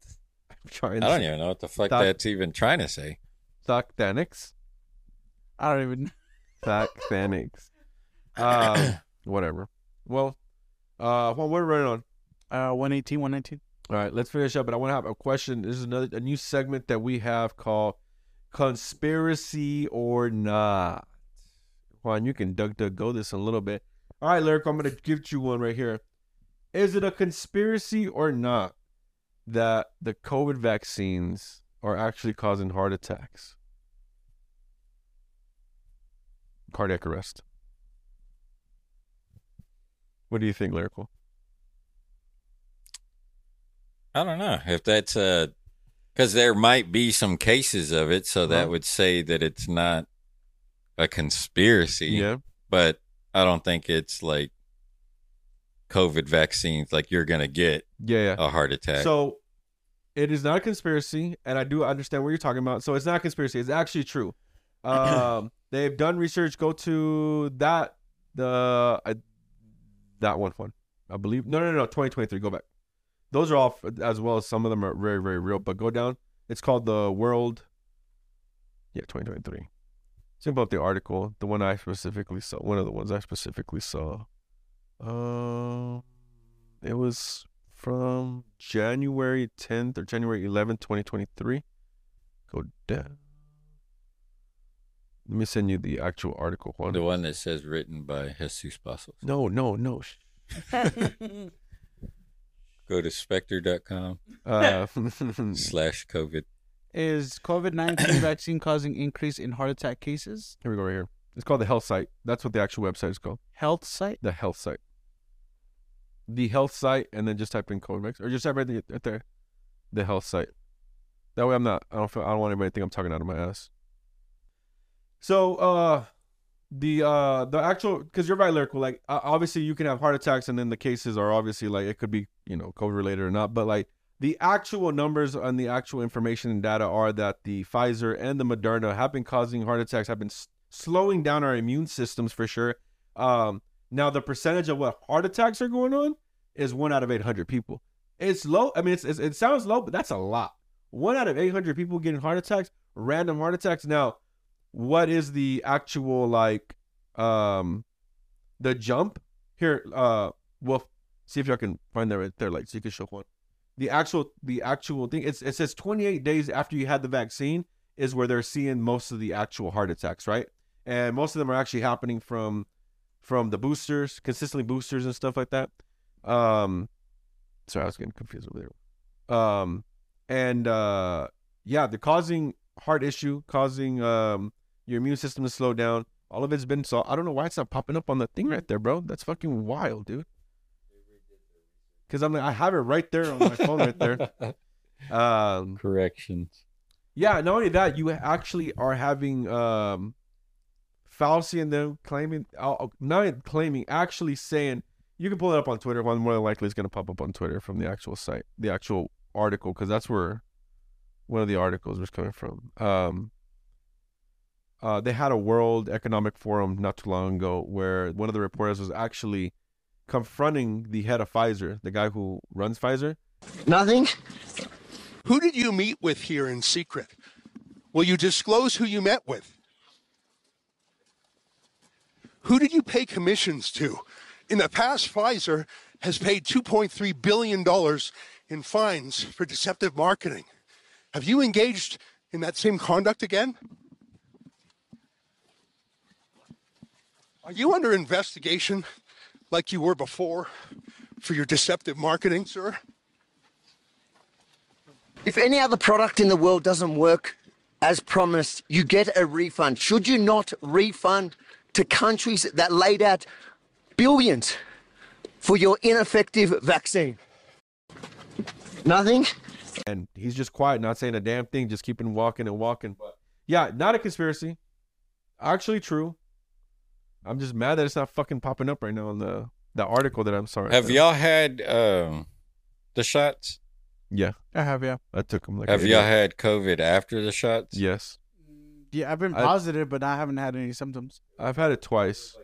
I'm trying
I don't
to
even know what the fuck
Thuc-
that's even trying to say.
Ducktanics,
I don't even.
Ducktanics. Um, whatever. Well, uh, well, we're right on.
Uh, 118, 119.
All right, let's finish up. But I want to have a question. This is another a new segment that we have called "Conspiracy or Not." Juan, you can duck duck go this a little bit. All right, Lyric, I'm gonna give you one right here. Is it a conspiracy or not that the COVID vaccines are actually causing heart attacks, cardiac arrest? What do you think, Lyrical?
I don't know if that's uh because there might be some cases of it, so that
Uh-huh.
would say that it's not a conspiracy.
Yeah.
But I don't think it's like COVID vaccines, like you're gonna get
Yeah. Yeah.
a heart attack.
So it is not a conspiracy, and I do understand what you're talking about. So it's not a conspiracy. It's actually true. Um, they've done research. Go to that the I, that one one. I believe no no no 2023. Go back. Those are all f- as well as some of them are very very real. But go down. It's called the World. Yeah, 2023. Simple up the article. The one I specifically saw. One of the ones I specifically saw. Um, it was from January 10th or January 11th, 2023. Go down. Let me send you the actual article. Juan.
the one that says written by Jesus Bastos.
No, no, no. sh-
Go to spectre.com
Uh, here
slash COVID.
Is COVID 19 vaccine causing increase in heart attack cases?
we go right here. It's called the health site. That's what the actual website is called.
Health site?
The health site. The health site, and then just type in code mix, or just type right there, right there. The health site. That way, I'm not. I don't. Feel, I don't want anybody to think I'm talking out of my ass. So, uh, the uh, the actual because you're right, lyrical. Like, uh, obviously, you can have heart attacks, and then the cases are obviously like it could be you know COVID related or not. But like the actual numbers and the actual information and data are that the Pfizer and the Moderna have been causing heart attacks, have been s- slowing down our immune systems for sure. Um, now the percentage of what heart attacks are going on is one out of eight hundred people. It's low. I mean, it's, it's it sounds low, but that's a lot. One out of eight hundred people getting heart attacks, random heart attacks. Now, what is the actual like, um, the jump here? Uh, well, see if y'all can find that right there. Like, so you can show one. The actual the actual thing. It's it says twenty eight days after you had the vaccine is where they're seeing most of the actual heart attacks, right? And most of them are actually happening from from the boosters, consistently boosters and stuff like that. Um, sorry, I was getting confused over there. Um, and uh, yeah, they're causing heart issue, causing um your immune system to slow down. All of it's been so. I don't know why it's not popping up on the thing right there, bro. That's fucking wild, dude. Because I'm like, I have it right there on my phone, right there. Um,
Corrections.
yeah, not only that, you actually are having um Fauci and them claiming, uh, not claiming, actually saying you can pull it up on Twitter. One more than likely is going to pop up on Twitter from the actual site, the actual article, because that's where one of the articles was coming from. Um, uh, they had a World Economic Forum not too long ago where one of the reporters was actually confronting the head of Pfizer, the guy who runs Pfizer,
Nothing?
Who did you meet with here in secret? Will you disclose who you met with? Who did you pay commissions to? In the past, Pfizer has paid $2.3 billion in fines for deceptive marketing. Have you engaged in that same conduct again? Are you under investigation like you were before for your deceptive marketing, sir?
If any other product in the world doesn't work as promised, you get a refund. Should you not refund to countries that laid out billions for your ineffective vaccine? Nothing?
and he's just quiet, not saying a damn thing, just keeping walking and walking. But yeah, not a conspiracy. Actually true. I'm just mad that it's not fucking popping up right now on the the article that I'm sorry.
Have y'all had um the shots?
Yeah,
I have, yeah.
I took them. Like an
Have y'all
idiot.
had COVID after the shots?
Yes,
Yeah, I've been
I-
positive, but I haven't had any symptoms.
I've had it twice.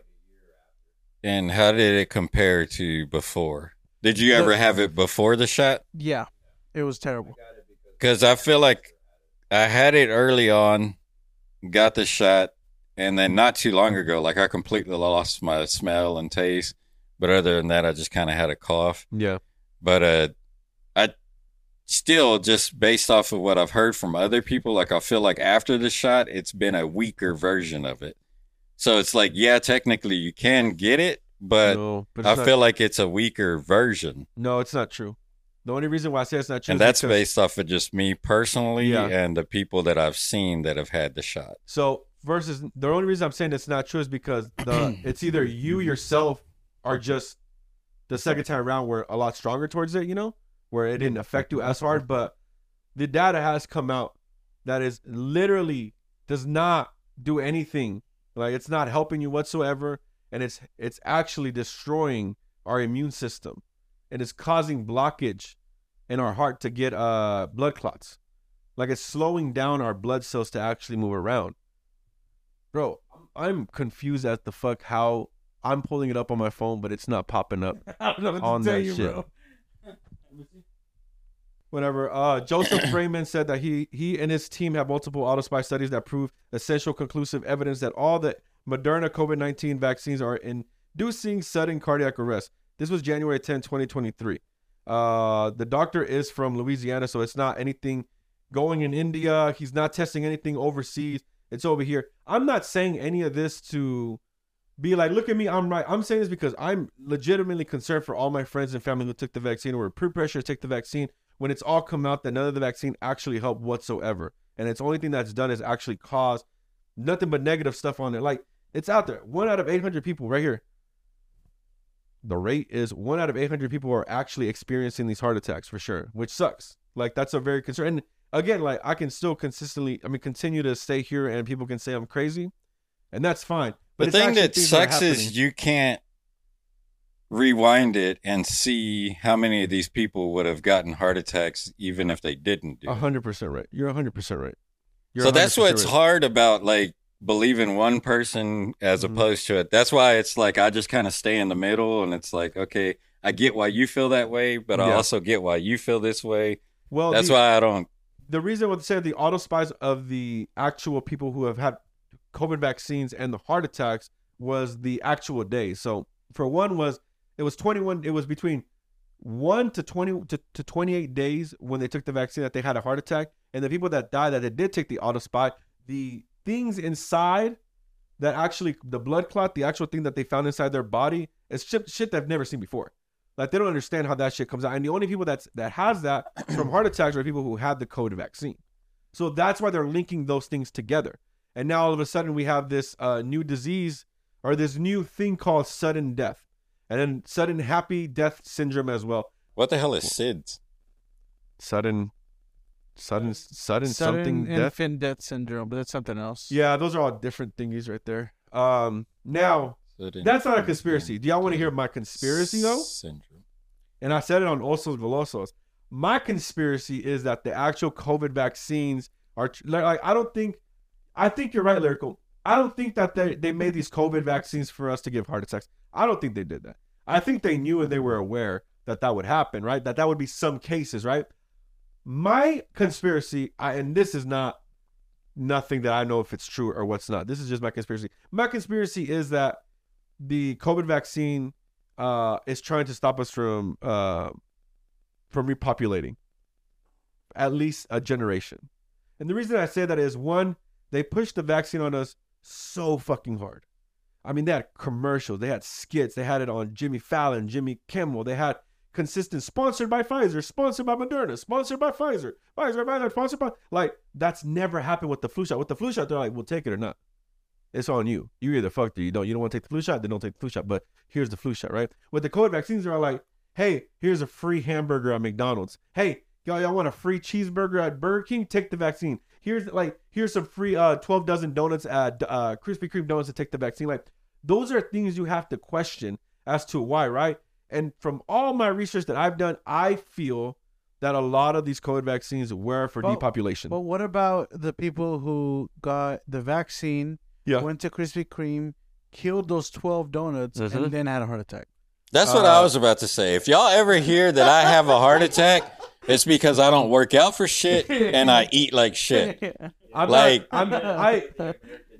And how did it compare to before? Did you ever have it before the shot?
Yeah, it was terrible.
Because I feel like I had it early on, got the shot, and then not too long ago, like I completely lost my smell and taste. But other than that, I just kind of had a cough.
Yeah,
But uh, I still just based off of what I've heard from other people, like I feel like after the shot, it's been a weaker version of it. So it's like, yeah, technically you can get it, but
no, but it's
I
not-
feel like it's a weaker version.
no, it's not true. The only reason why I say it's not true,
And
is
that's
because-
based off of just me personally
Yeah.
and the people that I've seen that have had the shot.
So versus the only reason I'm saying it's not true is because the it's either you yourself are just the second time around were a lot stronger towards it, you know, where it didn't affect you as hard. But the data has come out that is literally does not do anything. Like it's not helping you whatsoever, and it's it's actually destroying our immune system, and it's causing blockage in our heart to get uh blood clots. Like it's slowing down our blood cells to actually move around. Bro, I'm confused as the fuck how I'm pulling it up on my phone, but it's not popping up.
I don't know what
On
to tell
that
you,
shit.
bro.
Whatever. Uh, Joseph Freeman said that he he and his team have multiple auto spy studies that prove essential conclusive evidence that all the Moderna COVID nineteen vaccines are inducing sudden cardiac arrest. This was January 10, 2023. Uh, the doctor is from Louisiana, so it's not anything going in India. He's not testing anything overseas. It's over here. I'm not saying any of this to be like, look at me, I'm right. I'm saying this because I'm legitimately concerned for all my friends and family who took the vaccine or were pre-pressured to take the vaccine when it's all come out that none of the vaccine actually helped whatsoever. And it's only thing that's done is actually cause nothing but negative stuff on there. Like it's out there. One out of 800 people right here. The rate is one out of 800 people are actually experiencing these heart attacks for sure, which sucks. Like that's a very concern. And again, like I can still consistently, I mean, continue to stay here and people can say I'm crazy and that's fine. But
the
it's
thing
actually
that
things are
sucks is
happening.
you can't rewind it and see how many of these people would have gotten heart attacks even if they didn't do
A
it.
hundred percent right. You're a hundred percent right. You're
So that's
100%
what's
right.
hard about like believing one person as
Mhm.
opposed to it. That's why it's like I just kind of stay in the middle and it's like, okay, I get why you feel that way, but I
Yeah.
also get why you feel this way.
Well,
that's
the,
why I don't
the reason what they say the auto spies of the actual people who have had COVID vaccines and the heart attacks was the actual day. So for one was it was 21. It was between one to 20 to, to 28 days when they took the vaccine that they had a heart attack, and the people that died that they did take the auto spy, the things inside that actually the blood clot, the actual thing that they found inside their body is shit, shit they've never seen before. Like they don't understand how that shit comes out. And the only people that's that has that from heart attacks are people who had the COVID vaccine. So that's why they're linking those things together. And now all of a sudden we have this uh, new disease or this new thing called sudden death, and then sudden happy death syndrome as well.
what the hell is SIDS?
Sudden, sudden, sudden,
Sudden
something death.
infant death syndrome, but that's something else.
Yeah, those are all different thingies right there. Um, now that's not a conspiracy. Do y'all want to hear my conspiracy though?
Syndrome.
and I said it on Osos Velosos. My conspiracy is that the actual COVID vaccines are tr- like like, I don't think I think you're right, Lyrical. I don't think that they, they made these COVID vaccines for us to give heart attacks. I don't think they did that. I think they knew and they were aware that that would happen, right? That that would be some cases, right? My conspiracy, I, and this is not nothing that I know if it's true or what's not. This is just my conspiracy. My conspiracy is that the COVID vaccine uh, is trying to stop us from uh, from repopulating at least a generation. And the reason I say that is one, they pushed the vaccine on us so fucking hard. I mean, they had commercials, they had skits, they had it on Jimmy Fallon, Jimmy Kimmel, they had consistent sponsored by Pfizer, sponsored by Moderna, sponsored by Pfizer, Pfizer, Pfizer, sponsored by like that's never happened with the flu shot. With the flu shot, they're like, we'll take it or not it's on you. You either fucked or you don't. You don't want to take the flu shot, then don't take the flu shot. But here's the flu shot, right? With the COVID vaccines, they're all like, hey, here's a free hamburger at McDonald's. Hey, y'all, y'all want a free cheeseburger at Burger King? Take the vaccine. Here's like here's some free uh 12 dozen donuts at uh Krispy Kreme donuts to take the vaccine. Like those are things you have to question as to why, right? And from all my research that I've done, I feel that a lot of these COVID vaccines were for
But-
depopulation.
But what about the people who got the vaccine,
yeah.
went to Krispy Kreme, killed those 12 donuts,
Mhm.
and then had a heart attack?
That's what
Uh,
I was about to say. If y'all ever hear that I have a heart attack, it's because I don't work out for shit and I eat like shit.
I'm
Like-
not, I'm, I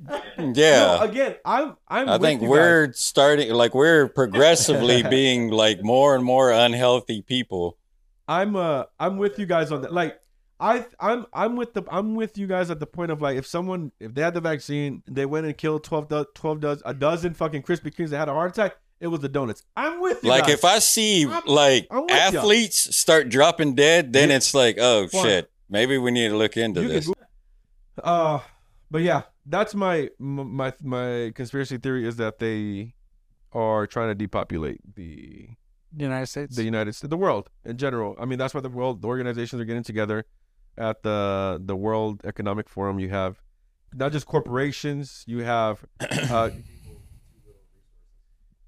no,
Yeah.
again, I'm, I'm.
I
with
think
you
we're starting like we're progressively being like more and more unhealthy people.
guys. I'm, uh, I'm with you guys on that. Like, I, I'm, I'm with the, I'm with you guys at the point of like, if someone, if they had the vaccine, they went and killed 12, do- 12 does a dozen fucking Krispy Kremes. They had a heart attack. It was the donuts. I'm with you.
Like
guys.
if I see
I'm-
like
I'm with ya.
athletes start dropping dead, then
Yeah.
it's like, oh
Fine.
shit, maybe we need to look into
You can
this.
Google- uh, but yeah, that's my m- my my conspiracy theory is that they are trying to depopulate the
The United States?
the United States, the world in general. I mean, that's why the world the organizations are getting together at the the World Economic Forum. You have not just corporations. You have, uh,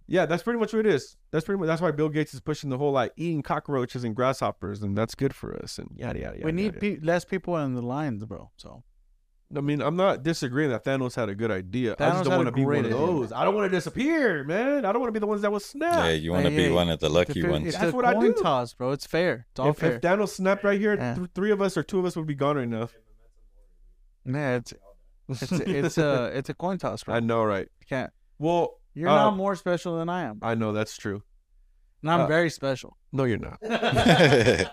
yeah, that's pretty much what it is. That's pretty much that's why Bill Gates is pushing the whole like eating cockroaches and grasshoppers, and that's good for us, and yada yada yada.
we need
yada.
pe- less people in the lines, bro. So
I mean, I'm not disagreeing that Thanos had a good idea. I
Thanos
just don't
had
want
a
to be one of
great idea.
those. I don't want to disappear, man. I don't want to be the ones that was
Yeah,
snapped.
you want to
Hey,
be
hey,
one of the lucky
If it-
ones.
It's
That's
a
what I
coin
do.
toss, bro. It's fair. It's all
if,
fair.
if Thanos snapped right here,
Yeah.
th- three of us or two of us would be gone right now.
yeah, it's it's it's a it's a coin toss, bro.
I know, right?
You can't.
Well,
You're
uh,
not more special than I am,
I know that's true.
and I'm
uh,
very special.
No, you're not.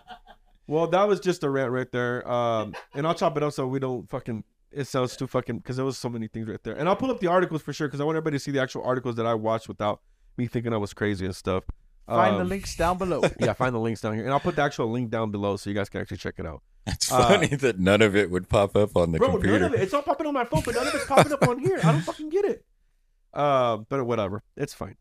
Well, that was just a rant right there. Um, and I'll chop it up so we don't fucking. It sounds too fucking because there was so many things right there. And I'll pull up the articles for sure because I want everybody to see the actual articles that I watched without me thinking I was crazy and stuff.
Find the
Um,
links down below.
Yeah, find the links down here, and I'll put the actual link down below so you guys can actually check it out.
It's
uh,
funny that none of it would pop up on the
Bro,
computer.
none of it. It's all popping on my phone, but none of it's popping up on here. I don't fucking get it. Uh, but whatever. It's fine.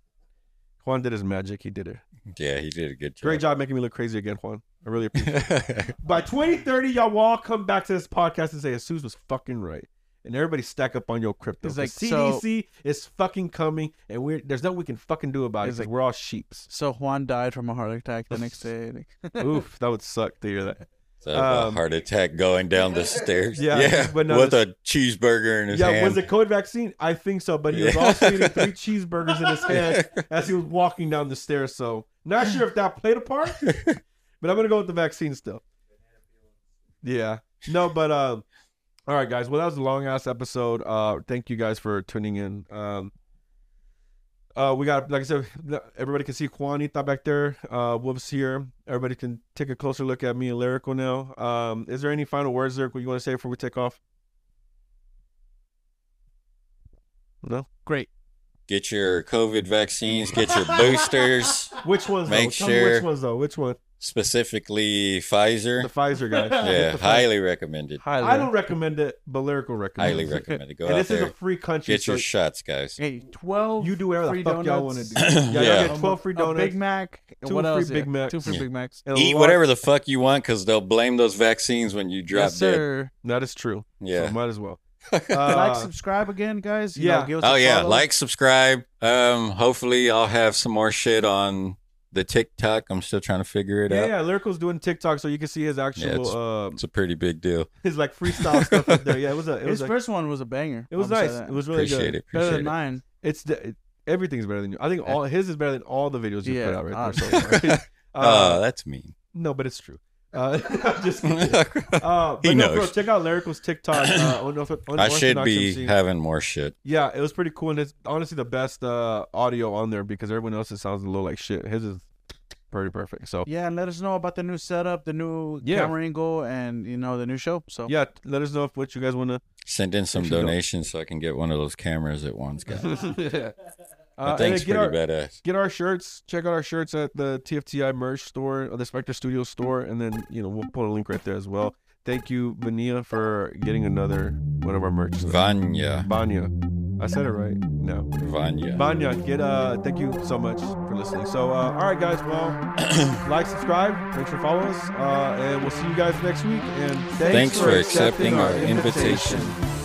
Juan did his magic. He did it.
Yeah, he did a good job.
Great job making me look crazy again, Juan. I really appreciate it.
job.
By 2030, y'all will all come back to this podcast and say, Asus was fucking right. And everybody stack up on your crypto.
It's
The
like, so-
CDC is fucking coming, and we're there's nothing we can fucking do about it
It's
because
like-
we're all sheeps.
so Juan died from a heart attack the next day.
Oof, that would suck to hear that.
So a
Um,
heart attack going down the stairs.
Yeah,
Yeah,
but no,
with a cheeseburger in his
yeah,
hand.
was it COVID vaccine? I think so, but he was
Yeah.
also eating three cheeseburgers in his hand as he was walking down the stairs. So not sure if that played a part, but I'm gonna go with the vaccine still. Yeah, no, but um, all right, guys. Well, that was a long ass episode. Uh, thank you guys for tuning in. Um, uh, we got like I said, everybody can see Juanita back there. Uh, Wolves here. Everybody can take a closer look at me and Lyrical now. Um, is there any final words, Lyrical, you want to say before we take off? No.
Great.
Get your COVID vaccines. Get your boosters,
Which ones?
Make
though? Tell me
sure-
Which ones though? Which one?
specifically
The
Pfizer.
Pfizer guys. Get
Yeah,
the Pfizer.
highly recommended.
Highly.
I don't recommend it, but lyrical recommends.
Highly
it.
recommended. Go
and
out
this is a
there.
free country.
Get your
so
shots, guys.
Hey, twelve.
you do whatever the
free
fuck y'all want to
donuts.
do. Yeah,
Yeah.
Y'all get twelve free
a
donuts.
Big Mac.
two
what
free
else?
Big
Yeah, Two
Macs.
free
Yeah.
Big Macs.
and a
Eat
large-
whatever the fuck you want because they'll blame those vaccines when you drop
yes,
dead.
sir.
That is true.
Yeah.
So might as well.
like,
Uh,
subscribe again, guys. You
yeah.
Know, give us
Oh
a
yeah,
follow.
like, subscribe. Um, hopefully I'll have some more shit on the TikTok. I'm still trying to figure it
yeah,
out.
yeah. Lyrical's doing TikTok, so you can see his actual
it's-
uh,
It's a pretty big deal.
his like freestyle stuff up there. Yeah, it was a, it
His
was a,
first one was a banger.
it was
I'll say
nice.
that.
It was really
Appreciate
good.
it.
better
Appreciate
than
it.
mine.
It's the, it, everything's better than you. I think all his is better than all the videos you
Yeah,
put out right
honestly.
there. So far.
Oh,
uh,
that's mean.
no, but it's true. Uh, I'm just kidding. Uh, but
He
no, for
knows.
real, check out Lyrical's TikTok. Uh, unortho-
I should
unorthodox
be
MC.
having more shit.
Yeah, it was pretty cool, and it's honestly the best uh, audio on there because everyone else's sounds a little like shit. His is pretty perfect. So yeah,
Yeah, and let us know about the new setup, the new
Yeah.
camera angle, and you know the new show. So
let us know if what you guys want to.
Send in some
If you don't-
donations so I can get one of those cameras that Juan's got.
Uh,
That
and
thing's
get
pretty
our,
badass.
get our shirts. Check out our shirts at the TFTI merch store or the Spectre Studio store, and then you know we'll put a link right there as well. Thank you, Vania, for getting another one of our merch.
Vanya.
Vanya, I said it right. No.
Vanya.
Vanya, get uh thank you so much for listening. So uh all right guys, well like, subscribe, make sure to follow us, uh and we'll see you guys next week and
Thanks for accepting our invitation.